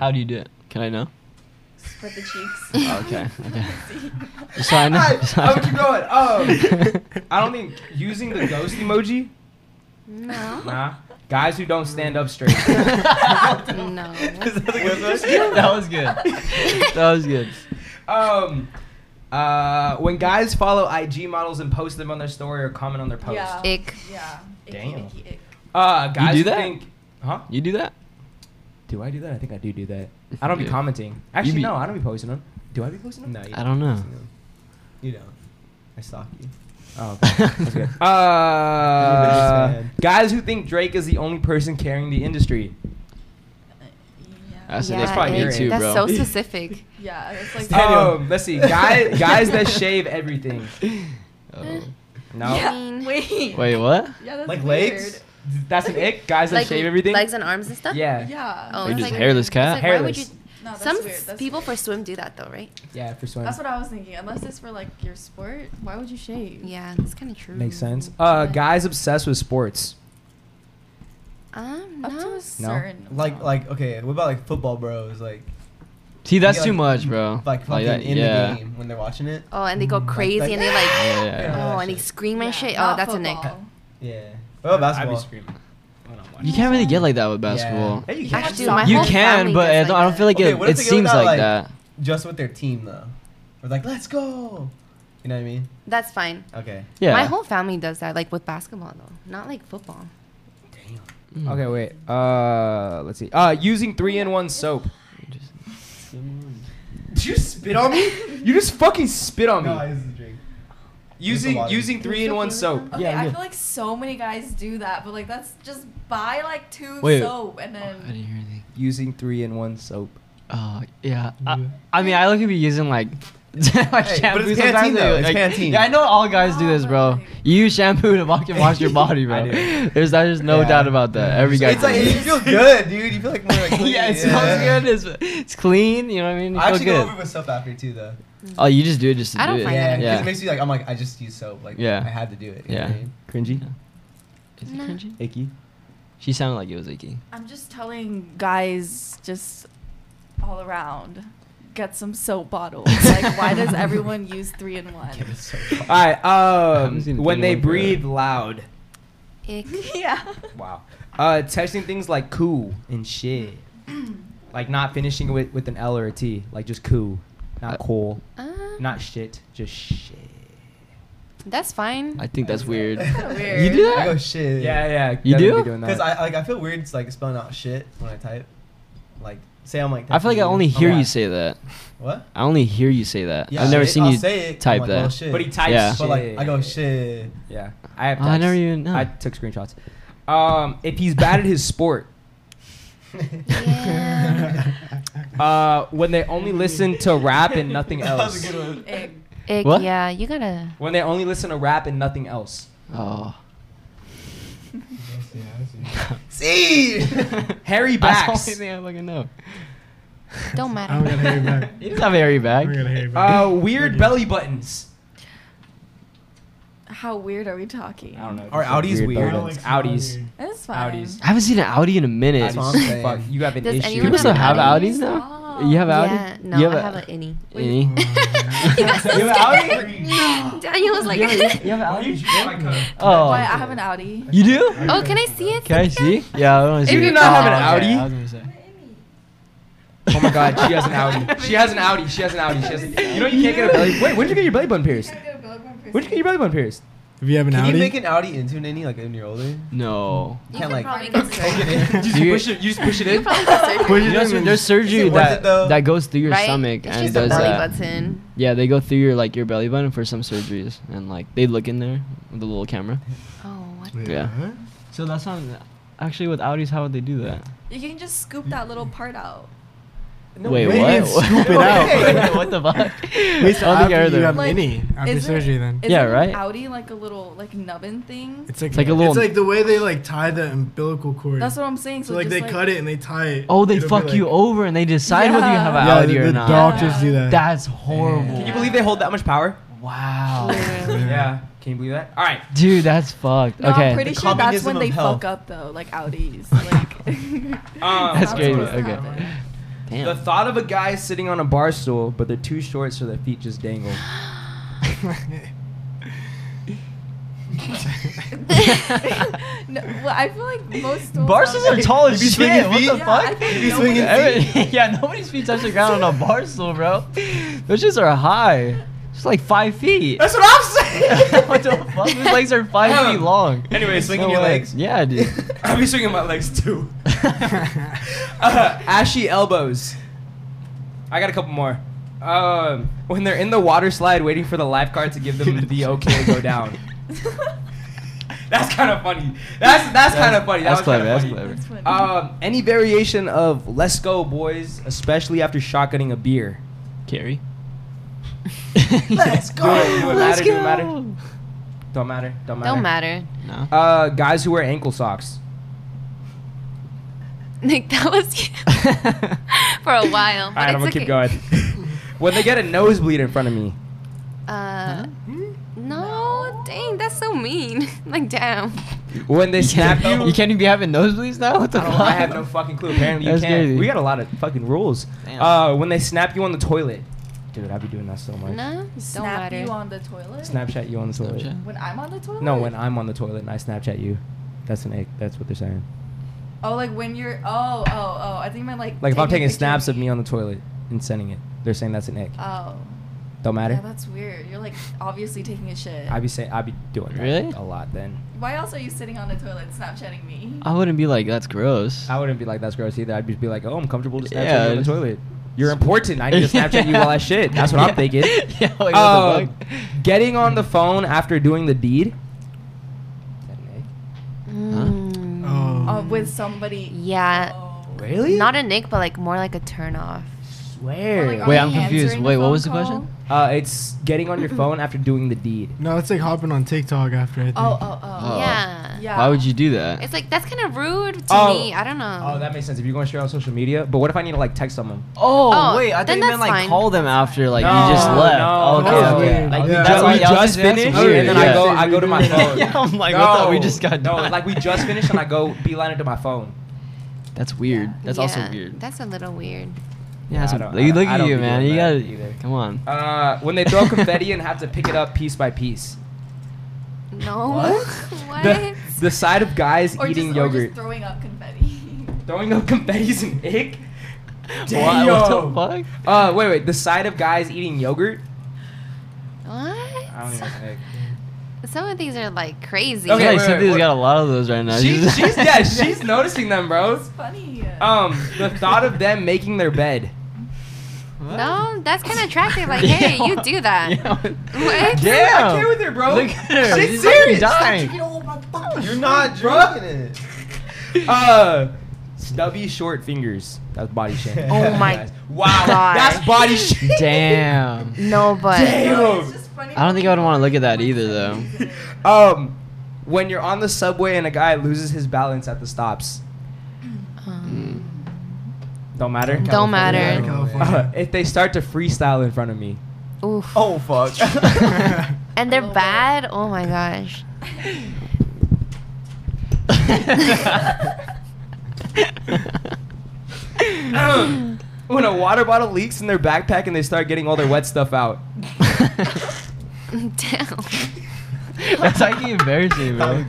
How do you do it? Can [LAUGHS] I know? Oh, Spread the [LAUGHS] cheeks. Oh, okay. Okay. Just so I know. Alright, just so I'm gonna keep I going. Um, know. I don't think using the ghost emoji. [LAUGHS] No. Nah, guys who don't stand up [LAUGHS] straight. no. Is that the good one? that was good. [LAUGHS] That was good. Um, uh, when guys follow IG models and post them on their story or comment on their post. Yeah. Ick. Yeah. Icky, Damn. icky, ick. Uh, guys do who that? think, huh? You do that? Do I do that? I think I do do [LAUGHS] that. I don't be Yeah. commenting. Actually, be- no, I don't be posting them. Do I be posting them? No, you I don't know. You don't. I stalk you. Oh, [LAUGHS] okay. That's good. Uh, guys who think Drake is the only person carrying the industry. That's that's probably ick. your age, That's [LAUGHS] so bro. specific. Yeah, it's like Oh. Daniel. Um, let's see, [LAUGHS] guys, guys that shave everything. Oh. [LAUGHS] No, Yeah. mean- Wait. Wait, what? Yeah, that's Like weird. legs? that's an ick. Guys that shave everything. Legs and arms and stuff. yeah. Yeah. Oh, Or it's just like- hairless it's cat? like, why would Hairless. you- No, that's Some weird. s- that's people weird. for swim do that though, right? Yeah, for swimming. That's what I was thinking. Unless it's for like your sport, why would you shave? Yeah, that's kind of true. Makes sense. Uh, Yeah. guys obsessed with sports. Um, Up to no. a certain. Like amount. like okay, what about like football bros? Like See, that's Yeah, too like- much, bro. like fucking that- in yeah. the game when they're watching it. Oh, and they go Mm, crazy like- and they like. Yeah, yeah, yeah. Oh, that and they shit. scream Yeah, and shit. Oh, not that's a nick. football. Yeah. What about I'd be Oh, basketball? screaming. when I'm watching. You can't really get like that with basketball. Hey, you Actually, can't. my You whole can, family but I does don't, like I don't feel like Okay, it, what if it they go seems without, like like- that. Just with their team though. Or like, let's go. You know what I mean? That's fine. Okay. Yeah. My whole family does that, like with basketball though, not like football. Hmm. Mm. Okay, wait. Uh, let's see. Uh, using three in one soap. Did you spit on me? You just fucking spit on me. No, this is a drink. a using lot of- using three in one soap. Okay, Yeah, I yeah. feel like so many guys do that, but like that's just buy like two Wait. soap and then hear anything. Using three in one soap. Oh yeah. I, I mean, I look at be using like. [LAUGHS] like Hey, shampoo but it's sometimes, Pantene, though. It's like- Pantene. Yeah, I know all guys do this, bro. Oh, You use shampoo to fucking wash [LAUGHS] your body, bro. do. There's there's no Yeah. doubt about that. Every guy. It's like does you it. feel good, dude. You feel like [LAUGHS] more like yeah, it smells good. It's, it's clean. You know what I mean? You I feel actually go good. over with soap after too, though. oh, you just do it just to I do don't it. find Yeah, that because Yeah. it makes you like I'm like I just use soap. Like Yeah. I had to do it. You Yeah. Know what I mean? Cringy, Is it Nah. cringy? icky. She sounded like it was icky. I'm just telling guys just all around get some soap bottles. [LAUGHS] like why does everyone use three in one? [LAUGHS] All right. Um, haven't seen when they anyone for- breathe loud. Ick. [LAUGHS] yeah. Wow. Uh, texting things like cool and shit. like not finishing with with an L or a T. Like just cool, not Uh, cool, [LAUGHS] Uh, not shit, just shit. that's fine. I think that's weird. weird. You do that? I go shit. Yeah, yeah. You gotta be do? doing Because that. I like I feel weird it's like spelling out shit when I type. Like say I'm like. I feel like I texting only I'm hear you like, say that. What? I only hear you say that. Yeah, I've never shit, seen I'll you. say it, type I'm like, that. Well, shit. But he types Yeah. shit. But like I go shit. [LAUGHS] Yeah, I have. Oh, I texts. never even know. I took screenshots. Um, if he's bad at his sport, Yeah. uh, when they only listen to rap and nothing That was else. a good [LAUGHS] one. Ick. Ick, What? yeah, you gotta. When they only listen to rap and nothing else. [LAUGHS] Oh. See. [LAUGHS] Harry [LAUGHS] That's the Backs. only thing I fucking know. Don't I'm matter. gonna hear you [LAUGHS] back. You just have a hairy I'm back. gonna hear you back. Uh, weird belly buttons. How weird are we talking? I don't know. Are Audis belly weird? I don't buttons. like Audi's. It's fine. Audi's. I haven't seen an Audi in a minute. That's what I'm saying. Fuck, you have an Does issue. anyone People still have Audi? Audis now. Stop. You have Audi? Yeah, no, you I have an innie. any? [LAUGHS] [LAUGHS] you got so You have an scared. [LAUGHS] Audi? Daniel was like, [LAUGHS] You have an Audi? Why, I Oh, have an Audi. you do? "Oh, can I see it?" Can I [LAUGHS] see? Yeah, I want to see. you it. not have an Oh, okay, Audi? I was [LAUGHS] gonna say. Oh my god, she has an Audi. She has an Audi. She has an Audi. She has you know you can't get a belly. Wait, when did you get your belly button pierced? When did you get your belly button pierced? If you have an Can Audi, you make an Audi into an innie like when you're older? No. You Can't, could like, probably get Take it surgery. in. You just [LAUGHS] You- push it. You just push it [LAUGHS] in. [LAUGHS] You know, there's- there's surgery it worth that it, though? that goes through your right? stomach it's and just does uh, a belly that. button. Yeah, they go through your like your belly button for some surgeries, and like they look in there with a little camera. Oh, what? Wait, Yeah. what? So that's not actually with Audis. How would they do that? You can just scoop that little part out. [LAUGHS] Wait, way. what? It's scoop it Wait, out. what the fuck? Wait, so I don't think I after heard you that. have Like, an innie after isn't- surgery, then Isn't Yeah, an right? Audi like a little like nubbin thing. like, like a little- It's like the way they like tie the umbilical cord. That's what I'm saying. so like just, they cut it and they tie it. Oh, they It'll be fuck like- you over and they decide whether you Yeah. have an Yeah, Audi the, or the not. doctors do that. That's horrible. Can you believe they hold that much power? [LAUGHS] Wow. Yeah. Can you believe that? All right. Dude, that's fucked. No, okay. [LAUGHS] I'm pretty sure that's communism when of they health. fuck up though, like Audis. Like Um, that's That's crazy. what's Okay. happening. Damn. The thought of a guy sitting on a bar stool, but they're too short, so their feet just dangle. [LAUGHS] [LAUGHS] no, well, I feel like most stools Barstools are tall as You be shit. swinging What the feet? Yeah, I fuck? think You be nobody- swinging Every- [LAUGHS] yeah, nobody's feet touch the [LAUGHS] ground on a barstool, bro. Those shits are high. It's like five feet. [LAUGHS] That's what Um, I'm saying. what the fuck? Those legs are five feet long. Anyway, swinging your way. legs? [LAUGHS] Yeah, dude. I'll [LAUGHS] be swinging my legs too. Uh, ashy elbows. I got a couple more. Um, when they're in the water slide waiting for the lifeguard to give them the okay to go down. That's kind of funny. That's that's, kind of funny. That That's was kinda clever. That's funny. clever. That's funny. Um, any variation of "Let's go, boys," especially after shotgunning a beer. Carrie. [LAUGHS] [LAUGHS] Let's go. Do it, do it Let's matter? Do it go. matter? Don't matter. Don't matter. Don't matter. [LAUGHS] No. Uh, guys who wear ankle socks. Nick, that was [LAUGHS] you for a while. All right, I'm gonna but Ah, it's keep okay. going. [LAUGHS] when they get a nosebleed in front of me. Uh, no, dang, that's so mean. [LAUGHS] like, damn. When [LAUGHS] they snap you. You can't even be having nosebleeds now? What the I, don't, fuck? I [LAUGHS] have no fucking clue. Apparently you That's can't. crazy. We got a lot of fucking rules. Damn. Uh, when they snap you on the toilet. Dude, I'll be doing that so much. No, don't Snap matter. you on the toilet. Snapchat you on the toilet. Snapchat? When I'm on the toilet. No, when I'm on the toilet and I Snapchat you. That's an egg. That's what they're saying. Oh, like when you're. Oh, oh, oh. I think my like. Like if I'm a taking picture snaps of me on the toilet and sending it, they're saying that's an egg. Oh. Don't Yeah, matter. that's weird. You're like obviously taking a shit. I be saying I be doing that Really? a lot. Then Why else are you sitting on the toilet Snapchatting me? I wouldn't be like, that's gross. I wouldn't be like that's gross either. I'd just be like, oh, I'm comfortable just Snapchatting Yeah, you on the it's- toilet. You're important. I need to Snapchat you [LAUGHS] while I shit. That's what I'm thinking. yeah, [LAUGHS] like, what Uh, the fuck? getting on the phone after doing the deed. Is that an Mm. Uh, Oh. with somebody. Yeah. Oh. A? Really? Not a nick, but like more like a turn off. swear. Or, like, are Wait, uh, I'm you confused. answering Wait, what phone was the question? call? Uh, it's getting on your phone after doing the deed. [LAUGHS] No, it's like hopping on TikTok after. I think. Oh, oh, oh. Oh. Yeah. Yeah. Why would you do that? It's like that's kind of rude to Oh. me. I don't Um. know. Oh, that makes sense. If you're going to share on social media, but what if I need to like text someone? Oh, Oh, wait, I thought then you meant that's like fine. call them after like No, you just left. Oh, no, okay, that's okay. weird. Like, Yeah. That's we we just, just that's finished, weird, and then I yeah. go, I go to [LAUGHS] [LAUGHS] my phone. yeah, I'm like, what the? We just got no, done. like we just finished, [LAUGHS] and I go beeline it to my phone. That's weird. That's also Yeah, weird. That's a little weird. yeah, that's I a- don't- like, I look don't- I at don't you, do man. that You gotta either. come on. Uh, when they throw confetti and have to pick it up piece by piece. No. What? [LAUGHS] What? The, [LAUGHS] the side of guys Or eating just, Or yogurt, just throwing up confetti. [LAUGHS] throwing up confetti's an ick. Why- Damn. What the fuck? Uh, wait, wait. The side of guys eating yogurt. I don't What? even think. Some of these are like crazy. Okay, yeah, wait, Cynthia's wait, got a lot of those right now. She, she's [LAUGHS] yeah, she's noticing them, bro. It's funny. Um, the thought of them making their bed. No, that's kind of [LAUGHS] attractive. Like, [LAUGHS] hey, you do that. What? Damn. I care with her, bro. Look at her. Shit's She's serious. fucking dying. Oh You're not Bruh. drinking it. Uh, stubby short fingers. That's body shame. Oh my Guys. Wow, God. that's [LAUGHS] body shame. Damn. No, but Damn. I don't think I would want to look at that either, though. Um, when you're on the subway and a guy loses his balance at the stops, Um, don't matter. Don't matter. Yeah, Uh, California. [LAUGHS] if they start to freestyle in front of [LAUGHS] me, oof. Oh fuck. [LAUGHS] And they're little bit. bad. Oh my gosh. when a water bottle leaks in their backpack and they start getting all their wet stuff out. [LAUGHS] Damn. [LAUGHS] That's actually [LAUGHS] embarrassing, bro.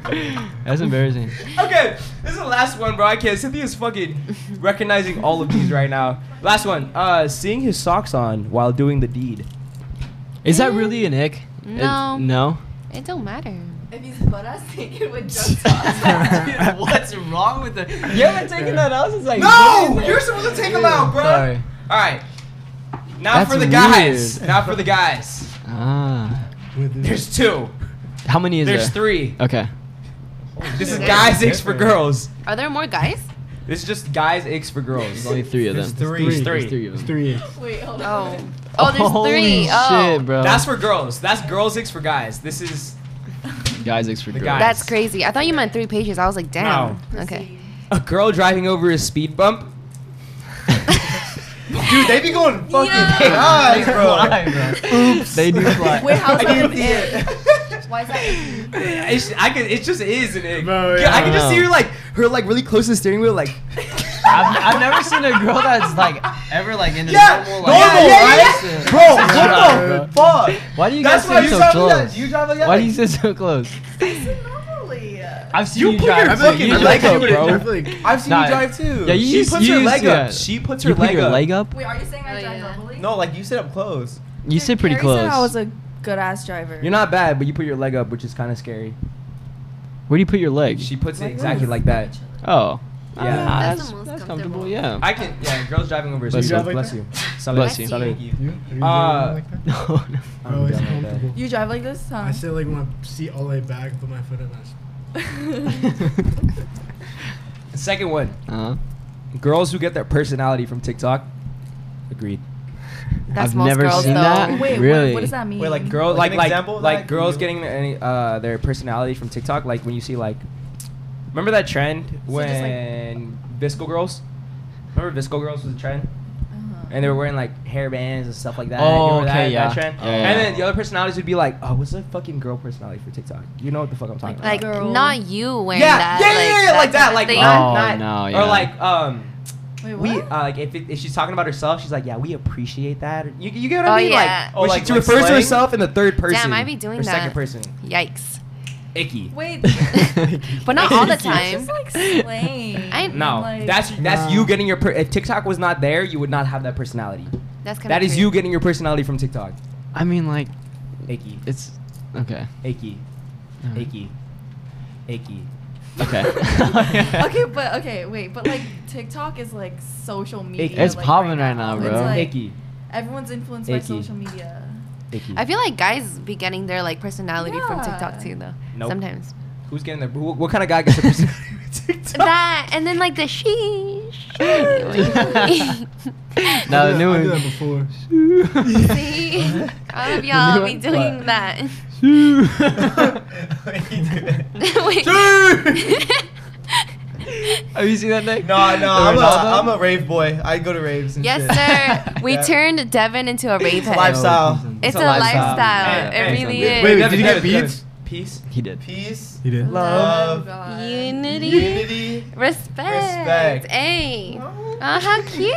That's embarrassing. Okay, this is the last one, bro. I can't. Cynthia's fucking recognizing all of these right now. Last one. Uh, seeing his socks on while doing the deed. Is that really an ick? No. [LAUGHS] It, no. It don't matter. If he's butt ass naked with [LAUGHS] jokes [LAUGHS] on. what's wrong with it? You haven't [LAUGHS] taken that out since like No, you're supposed to take them out, bro. Sorry. All right. Now That's for the weird. guys. Now for the guys. Ah. With this- There's two. How many is There's there? three. Okay. This is Damn. guys icks for girls. Are there more guys? This is just guys icks for girls. There's only three of There's them. three. There's There's three. three of It's them. three. Wait, hold Oh. on. Oh, there's Holy three. Shit, Oh. bro. That's for girls. That's girls icks for guys. This is guys. It's for The girls. guys. [LAUGHS] That's crazy. I thought you meant three pages. I was like, damn. Proceed. Okay. a girl driving over a speed bump. Dude, they be going fucking Yeah. high, bro. Oops. [LAUGHS] They do fly. Wait, how's that an Yeah. ick? Why is that an ick? It's, I could, it just is an ick. Bro, Yeah, yeah. I can just see Wow. her like her like really close to the steering wheel like I've, I've never seen a girl that's like ever like in a Yeah, normal normal, like. right? person. Bro, Yeah, what the fuck? Why do you That's guys why sit you so drive like close? that. You drive like that. Why do you sit so close? Normally. uh, I've seen You you, put drive. your too. fucking [LAUGHS] You leg drive up, too. bro. I feel like- I've seen Nah, you drive too. Yeah, you She used, puts you her used- leg yeah. up. She puts her You put leg your up. leg up. Wait, are you saying I Oh, drive yeah. normally? no, like you sit up close. You sit pretty Carrie close. Said I was a good ass driver. You're not bad, but you put your leg up, which is kind of scary. Where do you put your leg? She puts it exactly like that. oh. Yeah. Ah, That's the most comfortable. Yeah. [LAUGHS] I can. Yeah, girls driving over. Bless Bless, you. you. bless you. Salud. Bless you. Salud. you. You- you Uh, doing like that? [LAUGHS] no, no. I'm Oh, done with it's that. comfortable. You drive like this, huh? I [LAUGHS] sit like my seat all the way back, put my foot in that. Second one. Uh-huh. Girls who get their personality from TikTok. Agreed. That's I've most never girls seen though. that. [LAUGHS] Wait, what- Really? what, does that mean? Wait, like, girl- Girl, like Like an like example of like that? girls You- getting any, uh, their personality from TikTok. Like when you see like, remember that trend So just, like- when Visco girls. Remember Visco girls was a trend, Uh-huh. and they were wearing like hairbands and stuff like that. Oh, You remember that- okay, that yeah. trend? Yeah, And yeah. then the other personalities would be like, "Oh, what's the fucking girl personality for TikTok? You know what the fuck I'm talking about?" Like Girl. not you wearing yeah, that. yeah, yeah, yeah, like that, like thing. Oh, not, no, not yeah. or like um, Wait, what? we uh, like if, it, if she's talking about herself, she's like, yeah, we appreciate that. Or- You, you get what Oh, I mean? yeah. Like, Oh, or like- she like refers to slang? herself in the third person. I be doing or that. Second person, Yikes. icky. Wait, [LAUGHS] [LAUGHS] But [LAUGHS] not all the that's time. just like slang. I- No, Like- that's that's Nah. you getting your. Per- if TikTok was not there, you would not have that personality. That's kind That of is you getting your personality from TikTok. I mean, like Icky. it's okay. Icky. Alright. Icky. Icky. [LAUGHS] Okay. okay, but okay, wait, but like TikTok is like social media. It's like, popping right now, It's, bro. like, Icky. everyone's influenced by Icky. social media. Hmm. Icky. I feel like guys be getting their like personality from Yeah. TikTok too, though. Nope. [LAUGHS] Sometimes Who's getting there? Who, what kind of guy gets a [LAUGHS] personality with TikTok? that, and then like the she. [LAUGHS] [LAUGHS] now I the did that- I new did that one. before. [LAUGHS] See, all of y'all be doing What? that. [LAUGHS] Wait. Have you seen [LAUGHS] that Nick? No, no, I'm a, Ronaldo? I'm a rave boy. I go to raves. And shit. [LAUGHS] yes, sir. We Yeah. turned Devin into a rave It's a head. lifestyle. It's a Oh, a lifestyle. lifestyle. Hey, It hey, really hey. is. Wait, That did you is get good. beats? Peace. He did. Peace, You did. Love. Oh God. Unity, unity. respect. Respect. Hey. Oh, how cute.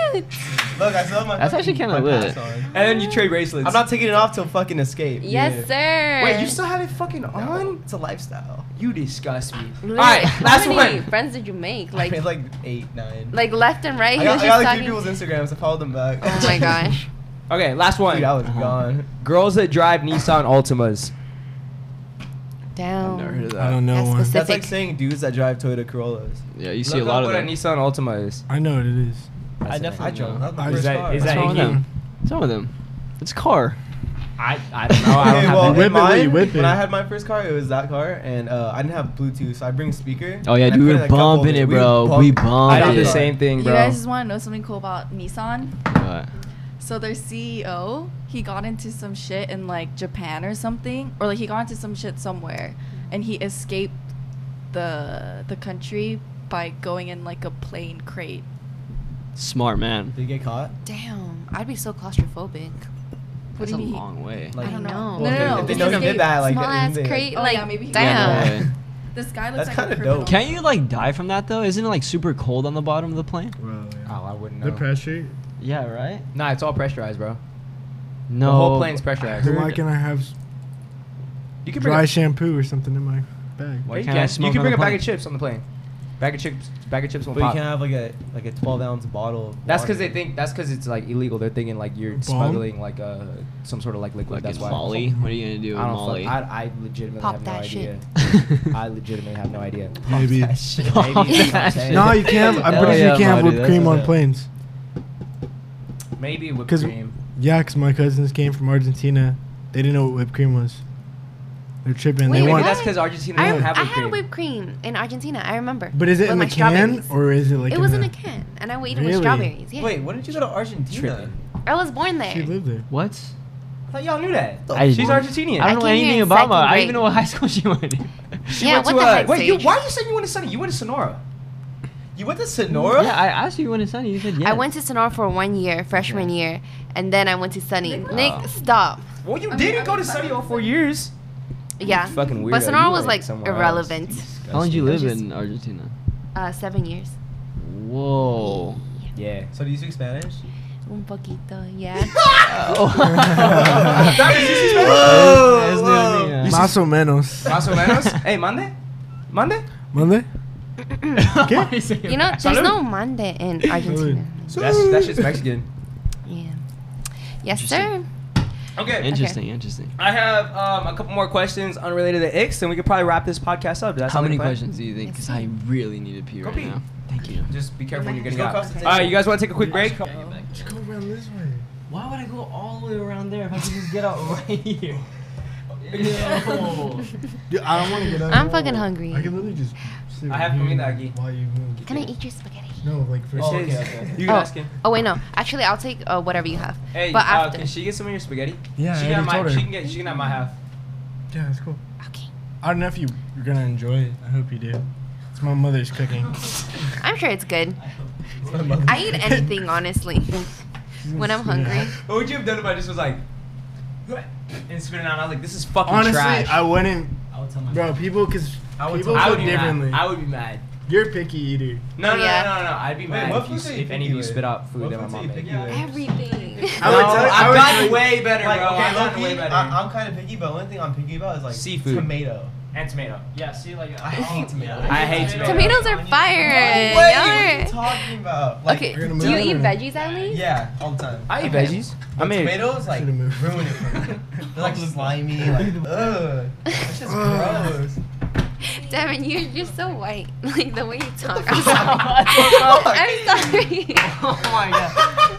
Look, I still have my. That's fucking- actually kinda my lit. pass on. And then you trade bracelets. I'm not taking it off till fucking escape. Yes, sir. Wait, you still have it fucking on? It's a lifestyle. You disgust me. All Literally, [LAUGHS] right, how last many one. friends did you make? Like, Like, I made [LAUGHS] like eight, nine. like left and I right. He got, was I got just like three talking. people's Instagrams. I followed them back. Oh [LAUGHS] [LAUGHS] my gosh. Okay, last Dude, I one. was gone. Girls that drive Nissan Altimas. Damn. Never heard of I that. don't know That's one. specific. That's like saying dudes that drive Toyota Corollas. Yeah, you see Look a lot up of what that. a Nissan Altima is. I know what it is. I That's definitely I it. drove. know. That was my Is first that- car. is [LAUGHS] What's that wrong with icky? them? What's wrong with them? It's a car. I, I don't know. Oh, I don't [LAUGHS] Okay, have well, that. Whip it, in mine, you whip it. When I had my first car, it was that car, and uh, I didn't have Bluetooth, so I bring a speaker. Oh yeah, and I dude, we were put in a cup bumping holder. it, We bro. were We bumping. I bumped did the it. same thing, You bro. guys just want to know something cool about Nissan? What? So their CEO, he got into some shit in like Japan or something, or like he got into some shit somewhere, and he escaped the the country by going in like a plane crate. Smart man. Did you get caught? Damn. I'd be so claustrophobic. What That's do a you mean? long way. Like, I don't know. No, no, no, If they it's know you escape. did that, like, Small that, ass they- crate. Oh, like, yeah, maybe he- Yeah, damn. no way. This guy That's looks like kinda a criminal. dope. Can't you like die from that though? Isn't it like super cold on the bottom of the plane? Well, Oh, yeah. I wouldn't The know. pressure. Yeah, right. nah, it's all pressurized, bro. No. The whole plane's Then pressurized. Why can I have s- You can bring dry a- shampoo or something in my bag? Why you can't I can. You smoke can on bring the a bag plane? of chips on the plane. Bag of chips. Bag of chips will But you pop. can't have like a like a 12 ounce bottle. Of That's because water. they think. That's because it's like illegal. They're thinking like you're Bomb? smuggling like uh some sort of like liquid. Like that's in why. Molly. What are you gonna do I with don't. Molly? Fuck, I, I legitimately Pop have no that idea. [LAUGHS] shit. I legitimately have no idea. Maybe. Oh, Maybe, Pop you [LAUGHS] know what I'm that shit. saying? [LAUGHS] No, you can't. Have, I'm Hell pretty sure yeah, you can't have Marty, whipped that's cream what's on up. planes. Maybe whipped 'Cause- cream. Yeah, 'cause my cousins came from Argentina. They didn't know what whipped cream was. They're tripping. Wait, they Maybe want. that's because Argentina I, doesn't rem- have I whipped had cream. whipped cream in Argentina. I remember. But is it With in my a can strawberries. or is it like? it in was in a can, and I waited Really? with strawberries. Yeah. Wait, why didn't you go to Argentina? Tripping. I was born there. She lived there. What? I thought y'all knew that. I She's didn't. Argentinian. I I don't know came here anything in about second her. I grade. even know what high school [LAUGHS] she went. in. She yeah, went what to, the uh, heck, Wait, you, Sage? why you said you went to Sunny? You went to Sonora. You went to Sonora? yeah, I asked you when it's sunny. You said yeah. I went to Sonora for one year, freshman Yeah. year, and then I went to Sunny. Nick- Nick, Oh. stop. Well, you I mean, didn't I go to mean, Sunny I all mean, four years. Yeah. Fucking weird. But Sonora was like irrelevant. How long did you live in Argentina? Uh, seven years. [LAUGHS] Oh. Whoa. Yeah. So do you speak Spanish? Un poquito, [LAUGHS] yeah. [LAUGHS] Oh. That is disrespectful. That's new to me, yeah. [LAUGHS] Más o menos. Más [LAUGHS] o menos. Hey, mande. Mande. Monday. Why you say you know, that? there's Salud. no Monday in Argentina. That's, that shit's Mexican. Yeah. Yes, sir. Interesting. Okay. Interesting, interesting. I have um, a couple more questions unrelated to Ix, and we could probably wrap this podcast up. Does that How sound many like a plan? questions do you think? Because I really need to pee Go right pee. now. Thank you. Just be careful when you're getting Go out. across the All table. right, you guys want to take a quick [LAUGHS] break? Just go around this way. Why would I go all the way around there if I could just [LAUGHS] [LAUGHS] get out right here? Oh, Dude, I don't want to get out. I'm at fucking all. hungry. I can literally just. Sit I have here comida aquí. While you move. Can I eat your spaghetti? No, like for. Oh, It okay, says- okay, okay. You can Oh. ask him. Oh, wait, no. Actually, I'll take uh, whatever you have. Hey, but uh, after. can she get some of your spaghetti? Yeah, she I can have already my. told her. She can get. She can have my half. Yeah, it's cool. okay. I don't know if you you're gonna enjoy it. I hope you do. It's my mother's cooking. I'm sure [LAUGHS] it's good. It's my mother. I eat anything, honestly. when I'm hungry. What would you have done if I just was like, and spit it out? I was like, this is fucking Honestly, trash. I wouldn't, I would tell my. bro. People, cause I would, people I cook would be differently. mad. I would be mad. You're a picky eater. No, Oh, no, yeah. no, no, no, no. I'd be Wait, mad what if, you, foods are s- you if any of you picky spit with? out food What that my foods are mom you made. picky with? Everything. I no, would tell- I I've would gotten tell- way better, Like, bro. okay, I've low gotten way key, better. I, I'm kind of picky, but one thing I'm picky about is like Seafood. tomato. And tomato. Yeah, see, like I [LAUGHS] hate tomatoes. I hate tomatoes. Tomatoes are fire. What Y'all are you are- talking about? okay, we're gonna do you move eat on. veggies at least? Yeah, all the time. I eat Okay. [LAUGHS] veggies. I But mean, tomatoes like Should've ruin it moved. for [LAUGHS] me. They're like slimy, like ugh. That's just gross. Devin, you're you're so white. [LAUGHS] Like the way you talk. I'm fuck? sorry. [LAUGHS] I'm sorry. Oh my god.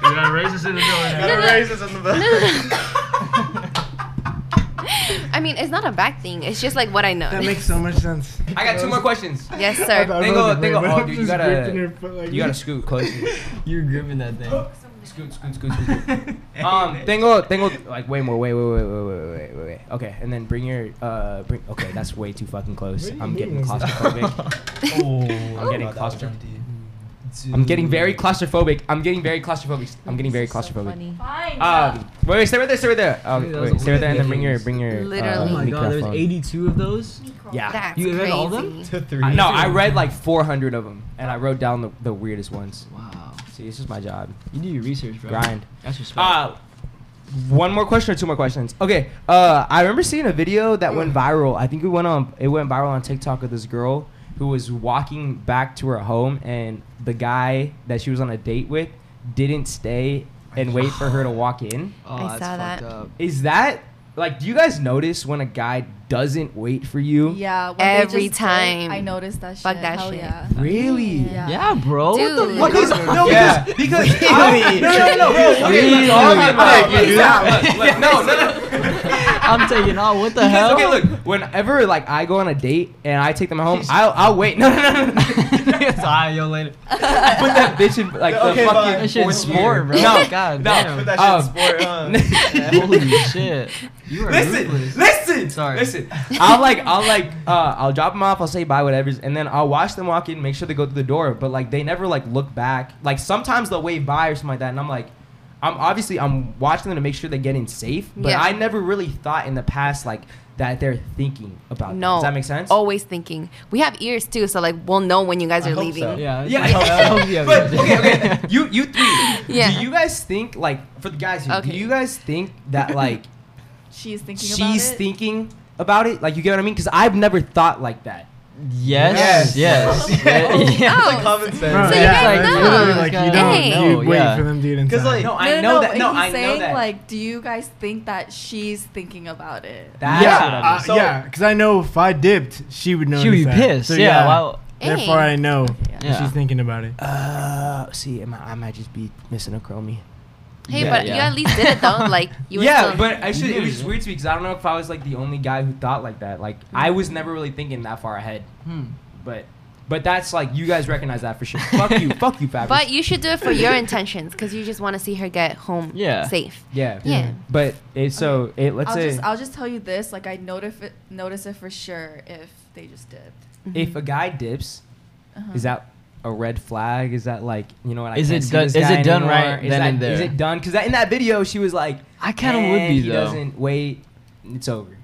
You're not racist in the building. Gotta no. raise this on the No, no, I mean, it's not a bad thing. It's just like what I know. [LAUGHS] That makes so much sense. I got two more questions. [LAUGHS] yes, I [LAUGHS] sir. thought it Think was of- a think of- bird, oh, but I'm dude, you just gotta- gripping her foot like You gotta this. scoot [LAUGHS] closer. [LAUGHS] You're gripping that thing. Scoot, scoot, scoot, scoot. scoot. um, tengo, tengo, like way more, way, way, way, way, way, way, way, way. Okay, and then bring your, uh, bring. Okay, that's way too fucking close. Where are you I'm getting moving with [LAUGHS] that? claustrophobic. Oh, I'm getting that was claustro- empty. I'm getting very claustrophobic. I'm getting very claustrophobic. I'm getting very claustrophobic. Fine. Um, wait, wait, stay right there, stay right there. Um, Dude, that was wait, stay right there, and then ridiculous. bring your, bring your. uh, Literally. Oh my god, there's microphone. 82 of those? Yeah. That's You crazy. read all them? to three. I, no, I read like 400 of them, and I wrote down the, the weirdest ones. Wow. See, this is my job. You do your research, bro. Grind. That's respect. Uh, one more question or two more questions? Okay. Uh, I remember seeing a video that went viral. I think it went on. It went viral on TikTok of this girl who was walking back to her home, and the guy that she was on a date with didn't stay and wait for her to walk in. oh, I that's saw that. fucked up. Is that like? Do you guys notice when a guy doesn't wait for you? Yeah. when they Every just say, time. I noticed that shit. Fuck that Hell shit. Yeah. Really? Yeah. Yeah, bro. What the Dude. fuck? Because, no, Yeah. because, because I, no, no, no, no. Okay, look, Really? look, Really? look, look, look, look, no, no, no. [LAUGHS] I'm taking off. What the Because, hell? okay, look. Whenever like I go on a date and I take them [LAUGHS] home, I'll I'll wait. No, no, no, [LAUGHS] no. no. it's all right, yo, [LAUGHS] later. I Put that bitch in like the Okay, fucking. fine. That shit's Fourth sport, bro. year. No, God no. damn. Put that shit Um, in sport, huh? Holy shit. You [LAUGHS] are Listen, ruthless. listen, Sorry. listen. I'll like, I'll like, uh, I'll drop them off. I'll say bye, whatever's, and then I'll watch them walk in, make sure they go through the door. But like, they never like look back. Like sometimes they'll wave bye or something like that, and I'm like, I'm obviously I'm watching them to make sure they get in safe. But Yeah. I never really thought in the past like that they're thinking about. that. No. does that make sense? Oh, Always thinking. We have ears too, so like we'll know when you guys I are hope leaving. so. Yeah. Yeah, Hope you yeah. have but [LAUGHS] your- okay, okay. You, you three. Yeah. Do you guys think like for the guys here? Okay. Do you guys think [LAUGHS] that like She's thinking about she's it. thinking about it? Like you get what I mean? Because I've never thought like that. [LAUGHS] Yes. Yes. Yes. Yeah. yeah. It's Oh, like common Bro, sense. So you yeah, guys like, know. literally, like Hey. you don't. you No, wait yeah. for them to get inside. Because like, No, no, I know no, no, that. but No, he's I know saying that. like, do you guys think that she's thinking about it? That's yeah, what I uh, mean. So- yeah, because I know if I dipped, she would know. She would be pissed. So, yeah. Well, Therefore, Hey. I know that Yeah. she's thinking about it. Uh, see, I might, I might just be missing a chromie. Hey, Yeah, but you yeah. at least did [LAUGHS] it though. Like you were yeah, still- but actually, it was Yeah. weird to me because I don't know if I was like the only guy who thought like that. Like I was never really thinking that far ahead. hmm. But, but that's like you guys recognize that [LAUGHS] for sure. fuck you, fuck you, Fabulous. But you should do it for your intentions because you just want to see her get home Yeah. safe. yeah, Yeah. But it, so it let's I'll say just I'll just tell you this. Like I notice it, notice it for sure if they just did. if a guy dips, mm-hmm. Uh-huh. is that a red flag? Is that like you know what? I Is can't it see done- this is guy it done anymore? right Is then that- and there? Is it done? Because in that video she was like, I kind of would be "Eh, he though. doesn't wait. It's over,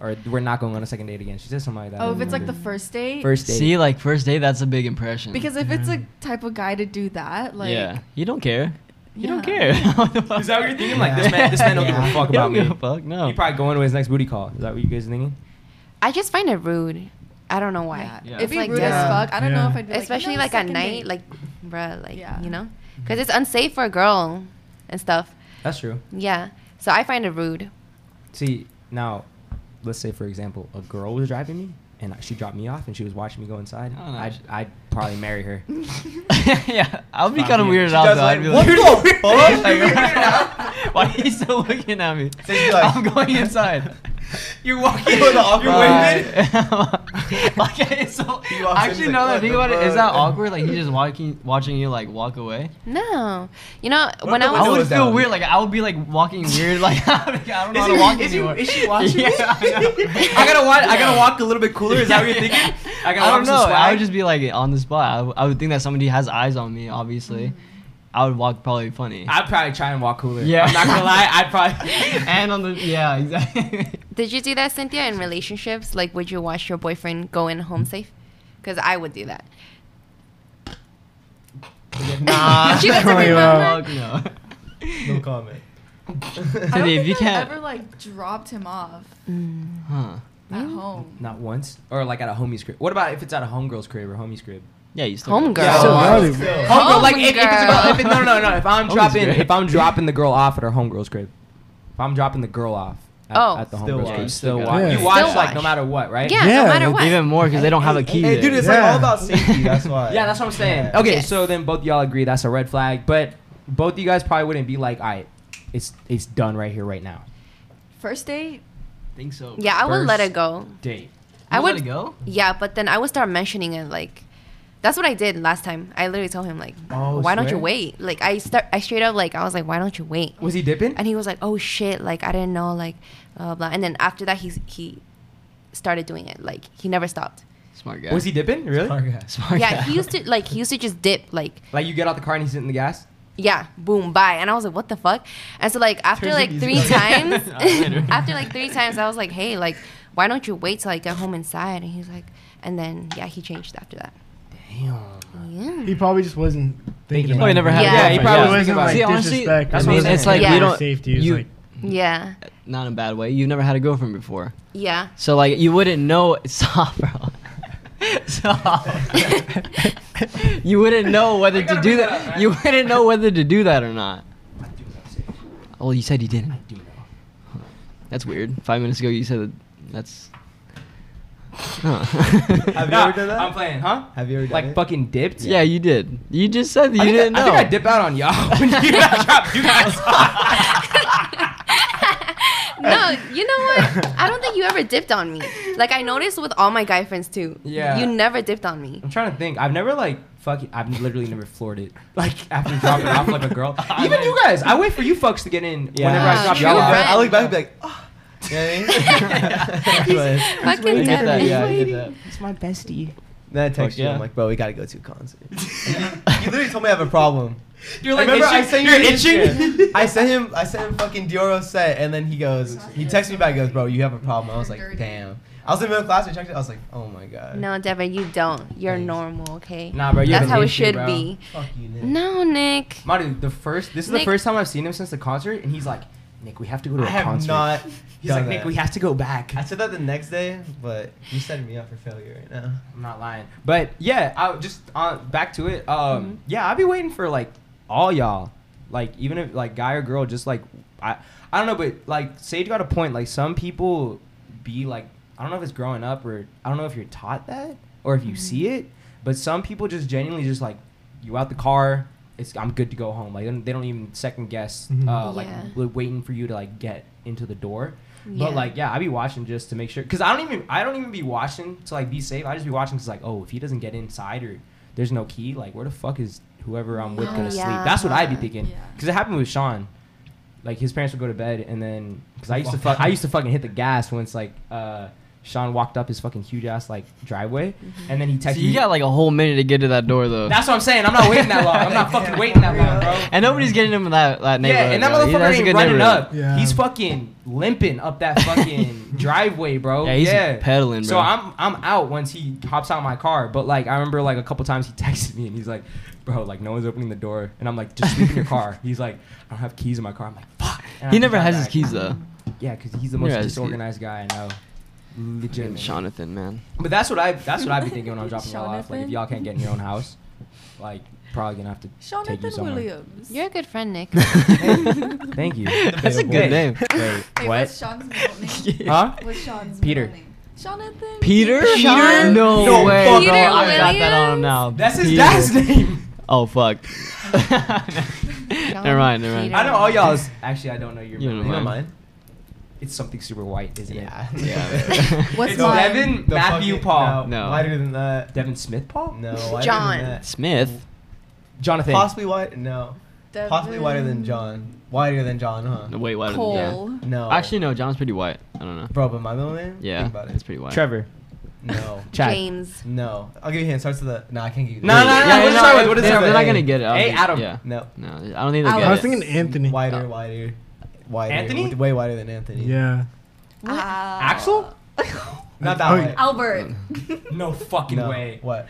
or we're not going on a second date again. She said something like that. Oh, if it's like the first date. first date. See, like first day, that's a big impression. Because if it's a type of guy to do that, like Hmm. yeah, you don't care. You don't care. [LAUGHS] Yeah. Is that what you're thinking? Like this man, this man don't give a You [LAUGHS] fuck about don't me. give He a fuck. No. probably going to his next booty call. Is that what you guys thinking? I just find it rude. I don't know why. yeah. Mm-hmm. Yeah. It'd be It's like rude that. as fuck. I don't know Yeah. if I'd be Especially like, like, at [LAUGHS] night, like, bruh, like Yeah. you know, Mm-hmm. because it's unsafe for a girl and stuff. That's true. Yeah. So I find it rude. See, now, let's say for example, a girl was driving me. And she dropped me off, and she was watching me go inside. Oh, no. I'd, I'd probably marry her. [LAUGHS] yeah, I'll be Fuck kind of you. weirded She out does though. like, I'd be like, "What the fuck?" You're weirded fuck? [LAUGHS] Why are you still looking at me? So you'd be like- I'm going inside. [LAUGHS] You're [LAUGHS] walking. You're the awkward Bye. waving? like, it's so, He walks actually, in, now that I like, think "What about the it, is that fuck?" awkward? Like, he's just walking, watching you like walk away. No. You know, when the I I was window would was feel down. weird. Like, I would be like walking weird. [LAUGHS] Like, I don't know Is how to he- walk is he- anymore. is she watching [LAUGHS] Yeah, me? I know. [LAUGHS] [LAUGHS] I gotta walk. I gotta walk a little bit cooler. Is that what [LAUGHS] you're Yeah. thinking? I gotta I walk don't some know. I swag. would just be like on the spot. I, w- I would think that somebody has eyes on me. Obviously, Mm-hmm. I would walk probably funny. I'd probably try and walk cooler. Yeah. I'm not gonna lie. I'd probably. [LAUGHS] and on the yeah, exactly. [LAUGHS] Did you do that, Cynthia, in relationships? Like, would you watch your boyfriend go in home safe? Because I would do that. nah, [LAUGHS] She doesn't Really remember. no. [LAUGHS] No comment. I don't Cindy, if think you I've can't, ever like dropped him off. huh? at home. Not once, or like at a homie's crib. What about if it's at a homegirl's crib or homie's crib? Yeah, you still. Homegirl. Yeah, So Oh, now they- Homegirl, like if, if it's a girl, Homegirl. if it, no, no, no. If I'm Homie's dropping, crib. if [LAUGHS] I'm dropping the girl off at her homegirl's crib, if I'm dropping the girl off at, Oh. at the Still homegirl's watch. crib, Yeah. still Yeah. watch. You Still watch, like watch. no matter what, right? Yeah, Yeah, no matter like, what. Even more because they don't have a key. Hey, there. dude, it's like Yeah. all about safety. That's why. Yeah, that's what I'm saying. Okay, Yes. so then both y'all agree that's a red flag, but both you guys probably wouldn't be like, all right, it's it's done right here, right now. First date, think so. Yeah, I would let First- it go. Date. I You let would- it go. Yeah, but then I would start mentioning it like that's what I did last time. I literally told him like, Oh, "Why don't you swear? wait?" Like I start I straight up like I was like, "Why don't you wait?" Was he dipping? And he was like, "Oh shit, like I didn't know like blah blah." And then after that he he started doing it. Like he never stopped. Smart guy. Was he dipping? Really? [LAUGHS] Smart Yeah, guy. he used to like he used to just dip like Like you get out the car and he's hitting the gas? yeah, boom, bye. And I was like, what the fuck? And so like after Turns like out he's [LAUGHS] three times, later. [LAUGHS] after like three times, I was like, hey, like why don't you wait till I get home inside? And he's like, and then yeah, he changed after that. Damn. Yeah. He probably just wasn't thinking. Thinking about about it. it. never had Yeah, he It probably wasn't thinking wasn't about like it. See, honestly, disrespect. that's or what I'm nothing. saying. it's like Yeah. you don't. Safety is you, like- Yeah. not in a bad way. You've never had a girlfriend before, Yeah. so like you wouldn't know. [LAUGHS] Stop, bro. Stop. [LAUGHS] you wouldn't know whether to do that. you wouldn't know whether to do that or not. Oh, you said you didn't. Do know. That's weird. Five minutes ago, you said that. That's. Huh. [LAUGHS] Have you Nah, ever done that? I'm playing, huh? Have you ever done like it? fucking dipped? yeah, you did. You just said that I you think didn't I, I know. think I dip out on y'all when you [LAUGHS] guys drop [LAUGHS] you guys. No, you know what? I don't think you ever dipped on me. Like I noticed with all my guy friends too. Yeah. You never dipped on me. I'm trying to think. I've never like fucking. I've literally never floored it. Like [LAUGHS] after dropping off like a girl. Even you guys. I wait for you folks to get in Yeah. whenever I Ah, drop true, y'all right. off. I look back and be like, oh. [LAUGHS] Yeah, [LAUGHS] yeah. Fucking I get that. Devin. Yeah, [LAUGHS] I get that. It's my bestie. then I text Fuck you. yeah. I'm like, bro, we gotta go to a concert. [LAUGHS] you literally told me I have a problem. You're like Remember, itching. I sent you You're this itching. shit. I sent him. I sent him fucking Dioro set, and then he goes. He texts me back. He goes, bro, you have a problem. I was like, damn. I was in middle class. We checked it. I was like, oh my god. No, Devin, you don't. You're Thanks. normal, okay? Nah, bro, you have That's an how it issue, should bro. be. Fuck you, Nick. No, Nick. Marty, the first. This is the Nick- first time I've seen him since the concert, and he's like, Nick, we have to go to I a have concert. not. He's done like, Nick, that. we have to go back. I said that the next day, but you setting me up for failure right now. I'm not lying. But yeah, I just uh, back to it. Um, yeah, I'll be waiting for like all y'all, like even if like guy or girl, just like I, I don't know, but like Sage got a point. Like some people be like, I don't know if it's growing up or I don't know if you're taught that or if you see it, but some people just genuinely just like you out the car. It's I'm good to go home. Like they don't- they don't even second guess. Mhm. Uh, like Yeah. li- waiting for you to like get into the door. But Yeah. like, yeah, I be watching just to make sure, cause I don't even, I don't even be watching to like be safe. I just be watching cause like, oh, if he doesn't get inside or there's no key, like where the fuck is whoever I'm with Oh, gonna yeah. sleep? That's what I be thinking, Yeah. cause it happened with Sean. Like his parents would go to bed and then, cause I used to fuck, I used to fucking hit the gas once like, uh, Sean walked up his fucking huge ass like driveway, Mm-hmm. and then he texted So you me. got like a whole minute to get to that door though. That's what I'm saying. I'm not waiting that long. [LAUGHS] I'm not fucking waiting that long, bro. and nobody's getting him in that, that neighborhood. Yeah, and that bro. He- motherfucker that's a ain't good running neighborhood. up. Yeah. He's fucking limping up that [LAUGHS] fucking driveway, bro. Yeah, he's pedaling, So bro. I'm I'm out once he hops out of my car. But like I remember like a couple times he [LAUGHS] texted me and he's like, bro, like no one's opening the door. And I'm like, just sleep [LAUGHS] in your car. He's like, I don't have keys in my car. I'm like, fuck. And He I never drive has his back. keys though. Yeah, because he's the Never most has his keys. disorganized guy I know. Legit. Jonathan, man. But that's what I that's what I be thinking when I'm dropping y'all off. Like if Jonathan. y'all can't get in your own house, like probably gonna have to take you Jonathan somewhere. Williams. You're a good [LAUGHS] friend, Nick. Thank you. [LAUGHS] That's a good name. Wait, Wait, what's what? Sean's middle [LAUGHS] name? Huh? What's Sean's Peter. middle name? Jonathan. Peter? Sean? No, No, way. fuck bro. Peter I got that on him Williams? now. That's his Peter. dad's [LAUGHS] name. Oh fuck. never mind. Never Peter. mind. I know all y'all's. Actually, I don't know your. You don't middle know name. mine. It's something super white, isn't Yeah. [LAUGHS] it? Yeah. What's It's mine? Devin The Matthew fucking- Paul. No. Wider than that. Devin Smith Paul. No. Wider John. Than that. Smith. Jonathan. Possibly wider. No. Possibly wider than Devin John. Wider than John, huh? No, wait, why? did- Cole. No. Yeah. Actually, no. John's pretty white. I don't know. Bro, but my middle name? Yeah, Think about it's it. pretty white. Trevor. No. Chad. James. No. I'll give you a hint. Starts with the. No, I can't give you. No, no, Wait, no, yeah, no, yeah, what is it? What is they're- it? They're not gonna get it. I don't Hey, think- Adam. Yeah. No. No, I don't think they'll Alex. get I was it. thinking Anthony. Wider, wider, wider. Anthony? With- Way wider than Anthony. Yeah. What? Axel? Not that Oh, way. Albert. No fucking No. way. What?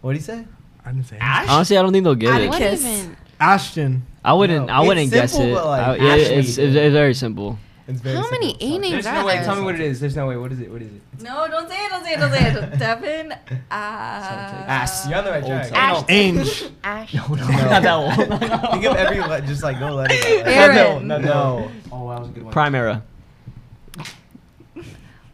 What do you say? I didn't say Ash. Honestly, I don't think they'll get Adam, it. what- What Kiss. even? Ashton. I wouldn't. No. I It's wouldn't guess simple, it. but, like, I- yeah, Ashley. it's, it's very simple. It's very How many simple. A names There's are no way. there? Tell me what it is. Uh, There's no way. What is it? What is it? No, don't say it. Don't say it. Don't say it. Devin. Uh, Ass. You're on the right track. Ash. Inge. [LAUGHS] [LAUGHS] [LAUGHS] Ash. Not that one. [LAUGHS] Think of every le- just like no letter. Aaron. [LAUGHS] No, no. Oh, that was a good one. Primera.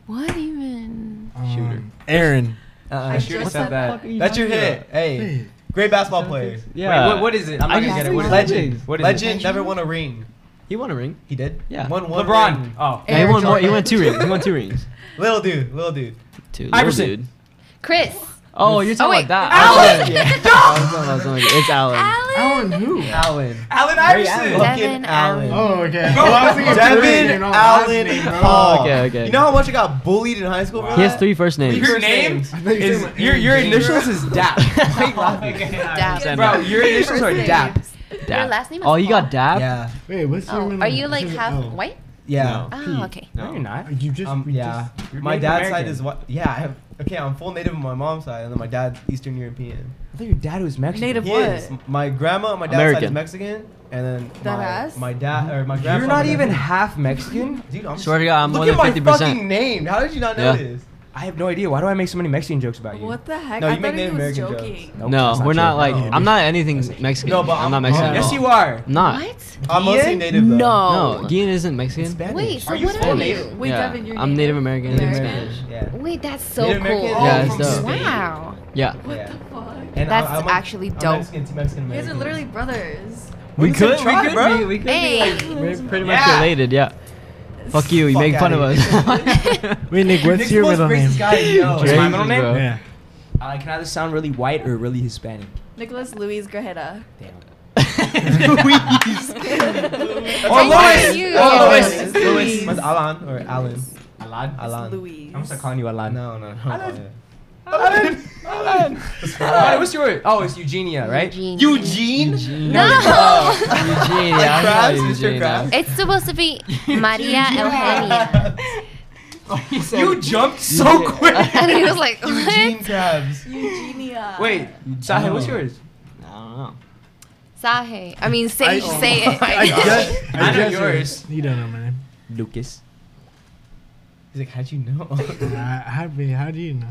What even? Shooter. Um, Aaron. Uh-uh. Uh, just shooter said said that. Wait, That's your hit. Hey, great basketball player. Yeah. what, what is it? I'm not I gonna just- get it. What is it? Legend. What is Legend never won a ring. He won a ring. He did. Yeah. Won it? one. LeBron. ring. Oh. Yeah, he won more. He won two rings. He won two rings. Little dude. Little dude. [LAUGHS] Two. Iverson. Dude. Chris. Oh, you're Oh, talking wait. about that. [LAUGHS] Alan. I was talking about something. It's Alan. Alan. who? Allen. Allen Iverson. Devin Allen. Oh, okay. Bro, Well, I was thinking Korean, you Devin know, last Allen name, bro. Hall. Okay, okay. You know how much I got bullied in high school? for He has that? three first names. Your name I thought you is said my your name, your James. initials is [LAUGHS] Dap. Dab. Bro, your initials are Dap. Your last name is Oh, you Paul. got Dab? Yeah. Wait, what's your Oh, middle are name? you like What's your- half oh. white? Yeah. Um, Oh, okay. No, you're not. You just Um, we Yeah. You're my Native dad's side American. is what? Yeah. I have. Okay, I'm full native on my mom's side, and then my dad's Eastern European. I thought your dad was Mexican. Native He what? is. My grandma on my dad's side is American. Mexican, and then That my, ass? my dad or my grandma. You're not even half Mexican. Dude, I'm Swear to God, I'm Look more than at my 50%. fucking name. How did you not Yeah. know this? I have no idea. Why do I make so many Mexican jokes about you? What the heck? No, I you make thought he Native was American joking. Nope, No, that's not we're not true. like. No. I'm not anything Mexican. No, but I'm, I'm- not Mexican. Oh. at Yes, all. you are. I'm not. What? I'm mostly Ian? native though. No, Gian isn't Mexican. Spanish. Wait, so are you what are Spanish? you? Wait, yeah. Devin, you're I'm Native American. and American. Spanish. Yeah. Wait, that's so Native cool. American? Yeah, from it's dope. Spain. Wow. Yeah. What Yeah. the fuck? And That's I'm, I'm actually I'm dope. Mexican to Mexican You guys are American. literally brothers. We Well, could, it's a try, we could bro. be, we could Hey. be like we're pretty much Yeah. related, yeah. Fuck you, you Fuck make fun of outta us. [LAUGHS] Wait, Nick, You're what's your Nick's middle most name? racist guy I know. Just Crazy, my middle name? bro. Yeah. I Uh, can either sound really white or really Hispanic. Nicholas Luis [LAUGHS] Grajeda. Damn. Or Oh, Or Louis. Lois. Or you. Louis. Lois. Louis. Louis. Was Alan or Alan? Alan. It's Alan. Luis. I'm still calling you Alan. No, no, no. Alan. Alan. Alan. Alan. What's [LAUGHS] your? Oh, it's Eugenia, right? Eugene. Eugene. No. Eugene, yeah, I Krabs, know Mr. Eugene, yeah. Krabs. [LAUGHS] It's supposed to be Maria [LAUGHS] Eugenia. [LAUGHS] You jumped so quick. And he was like, Eugene what? Krabs. Eugenia. Wait, Sahil, what's yours? I don't know. Sahe. I mean, say, I- say it. I guess. [LAUGHS] just- I know just- yours. You don't know my name. Lucas. He's like, how'd you know? [LAUGHS] Uh, how, wait, how do you know?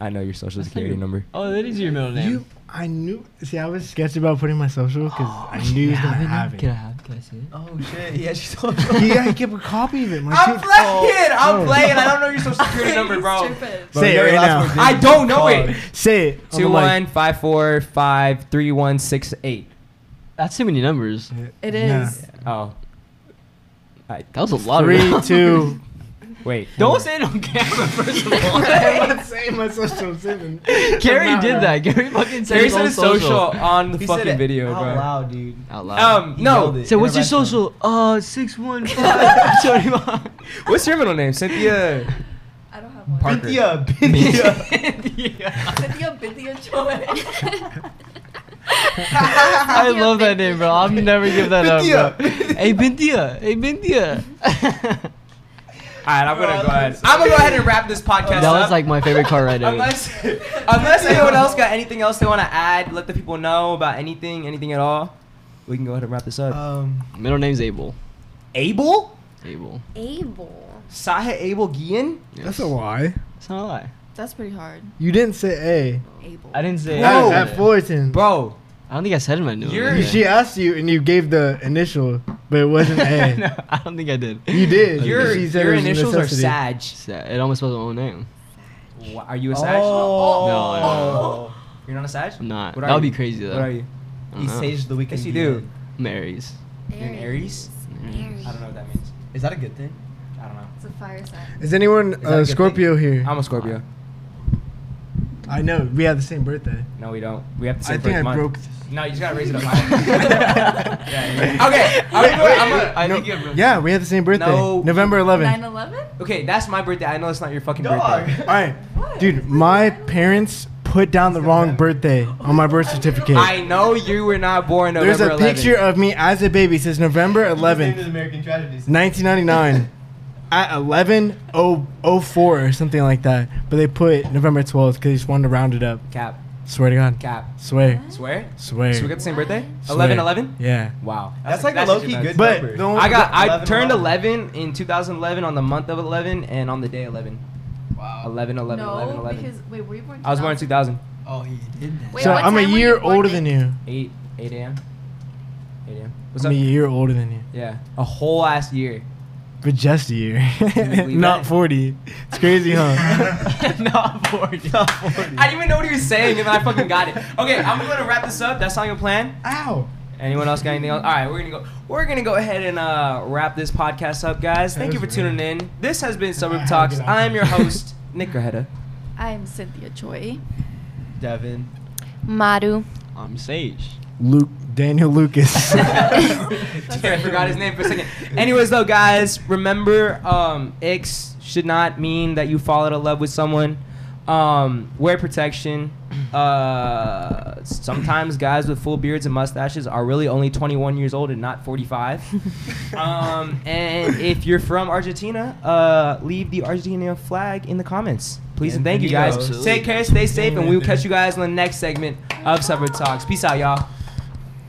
I know your social security number. Oh, that is your middle name. You, I knew. See, I was sketched about putting my social because I knew he was gonna have Can I it. have? Can I see it? oh shit. Yeah, she [LAUGHS] told He, [LAUGHS] me. I kept a copy of it. My I'm dude- playing. I'm Oh. playing. I don't know your social security number, bro. Say it right now. I don't know it. Say it. on Two the mic. one five four five three one six eight. That's too many numbers. It Yeah. is. Oh, That was a lot of Three, numbers. two. wait. Don't say it on camera, first [LAUGHS] of all. I'm not saying my social seven. Gary did that. Gary fucking said Terry his said own his social on the He said fucking it video, out bro. loud, dude. Out loud. Um, He yelled no. it so what's your intervention. social? Uh, six one five [LAUGHS] seventy one. What's your middle name? Cynthia. I don't have one. Park- Cynthia. Cynthia. Cynthia Bithia [LAUGHS] Joy. I love that name, bro. I'll never give that up. Bro. Cynthia. Hey, Bintia. [LAUGHS] Hey, Bintia. All right, [LAUGHS] I'm [LAUGHS] Bro, gonna go ahead. that's I'm gonna go ahead and [LAUGHS] wrap this podcast That up. was like my favorite car ride ever. unless, [LAUGHS] unless anyone else got anything else they want to add, let the people know about anything, anything at all. We can go ahead and wrap this up. Um, Middle name's Abel. Uh, Abel, Abel. [LAUGHS] Abel. Saha Abel Guillen. That's a lie. It's not a lie. That's pretty hard. You didn't say Able. I didn't A. say. That I was didn't at say- Fullerton. bro. I don't think I said my new You're- name. She asked you and you gave the initial, but it [LAUGHS] wasn't A. no, I don't think I did. You did. Your She [LAUGHS] said it your was a initials are necessity. Sag. It's, uh, It almost wasn't my own name. Wha- Are you a Sag? oh. No, no. You're not a Sag. I'm not. What That are would be you? crazy though. What are you? I don't He know. saged the weekend. Yes, you beat. do. [LAUGHS] I'm Aries. You're an Aries. Aries. I don't know what that means. Is that a good thing? I don't know. It's a fire sign. Is anyone that a uh, good Scorpio here? I'm a Scorpio. I know. We have the same birthday. No, we don't. We have the I same think birth I month. broke. No, you just gotta raise it up higher. Yeah, yeah. Okay, I'm gonna. I'm gonna I No, think it was- yeah, we have the same birthday. No. November 11th. 9-11? Okay, that's my birthday. I know it's not your fucking [LAUGHS] Dog. birthday. All right. What? Dude, my parents put down the wrong birthday on my birth certificate. I know you were not born November There's a 11th. picture of me as a baby. It says November His name is 11th, American [LAUGHS] Tragedies. 1999. At oh, 11.04 or something like that. But they put November 12th because they just wanted to round it up. Cap. Swear to God. Cap. Swear. Swear? Swear. So we got the same birthday? Swear. 11 11? Yeah. Wow. That's like a actually low key nice. good But number. the only- I got I 11, turned 11 in 2011 on the month of 11 and on the day 11. Wow. 11 11 no, 11 11. because wait, were you born? I was born in 2000. Oh, he did that. Wait, so what I'm a time were year you born, older Nick? than you. 8 8 a.m. 8 a.m. What's I'm up? a year older than you, Yeah. A whole ass year. but just a year, [LAUGHS] believe not that? 40. It's crazy, huh? [LAUGHS] Not 40. I didn't even know what he was saying, and then I fucking got it. Okay, I'm gonna wrap this up. [LAUGHS] That's not your plan. Ow. Anyone else got anything else? All right, we're gonna go. We're gonna go ahead and uh, wrap this podcast up, guys. Thank you for tuning in. This has been Suburb Talks. I am your host, Nick Grajeda. I'm Cynthia Choi. Devin. Maru. I'm Sage. Luke Daniel [LAUGHS] Lucas. [LAUGHS] I forgot his name for a second. Anyways, though, guys, remember, um, X should not mean that you fall out of love with someone. Um, wear protection. Uh, sometimes guys with full beards and mustaches are really only 21 years old and not [LAUGHS] 45. um, and if you're from Argentina, uh, leave the Argentina flag in the comments. Please and thank you guys. Absolutely. Take care, stay safe, and we will catch you guys in the next segment of Suburb Talks. Peace out, y'all.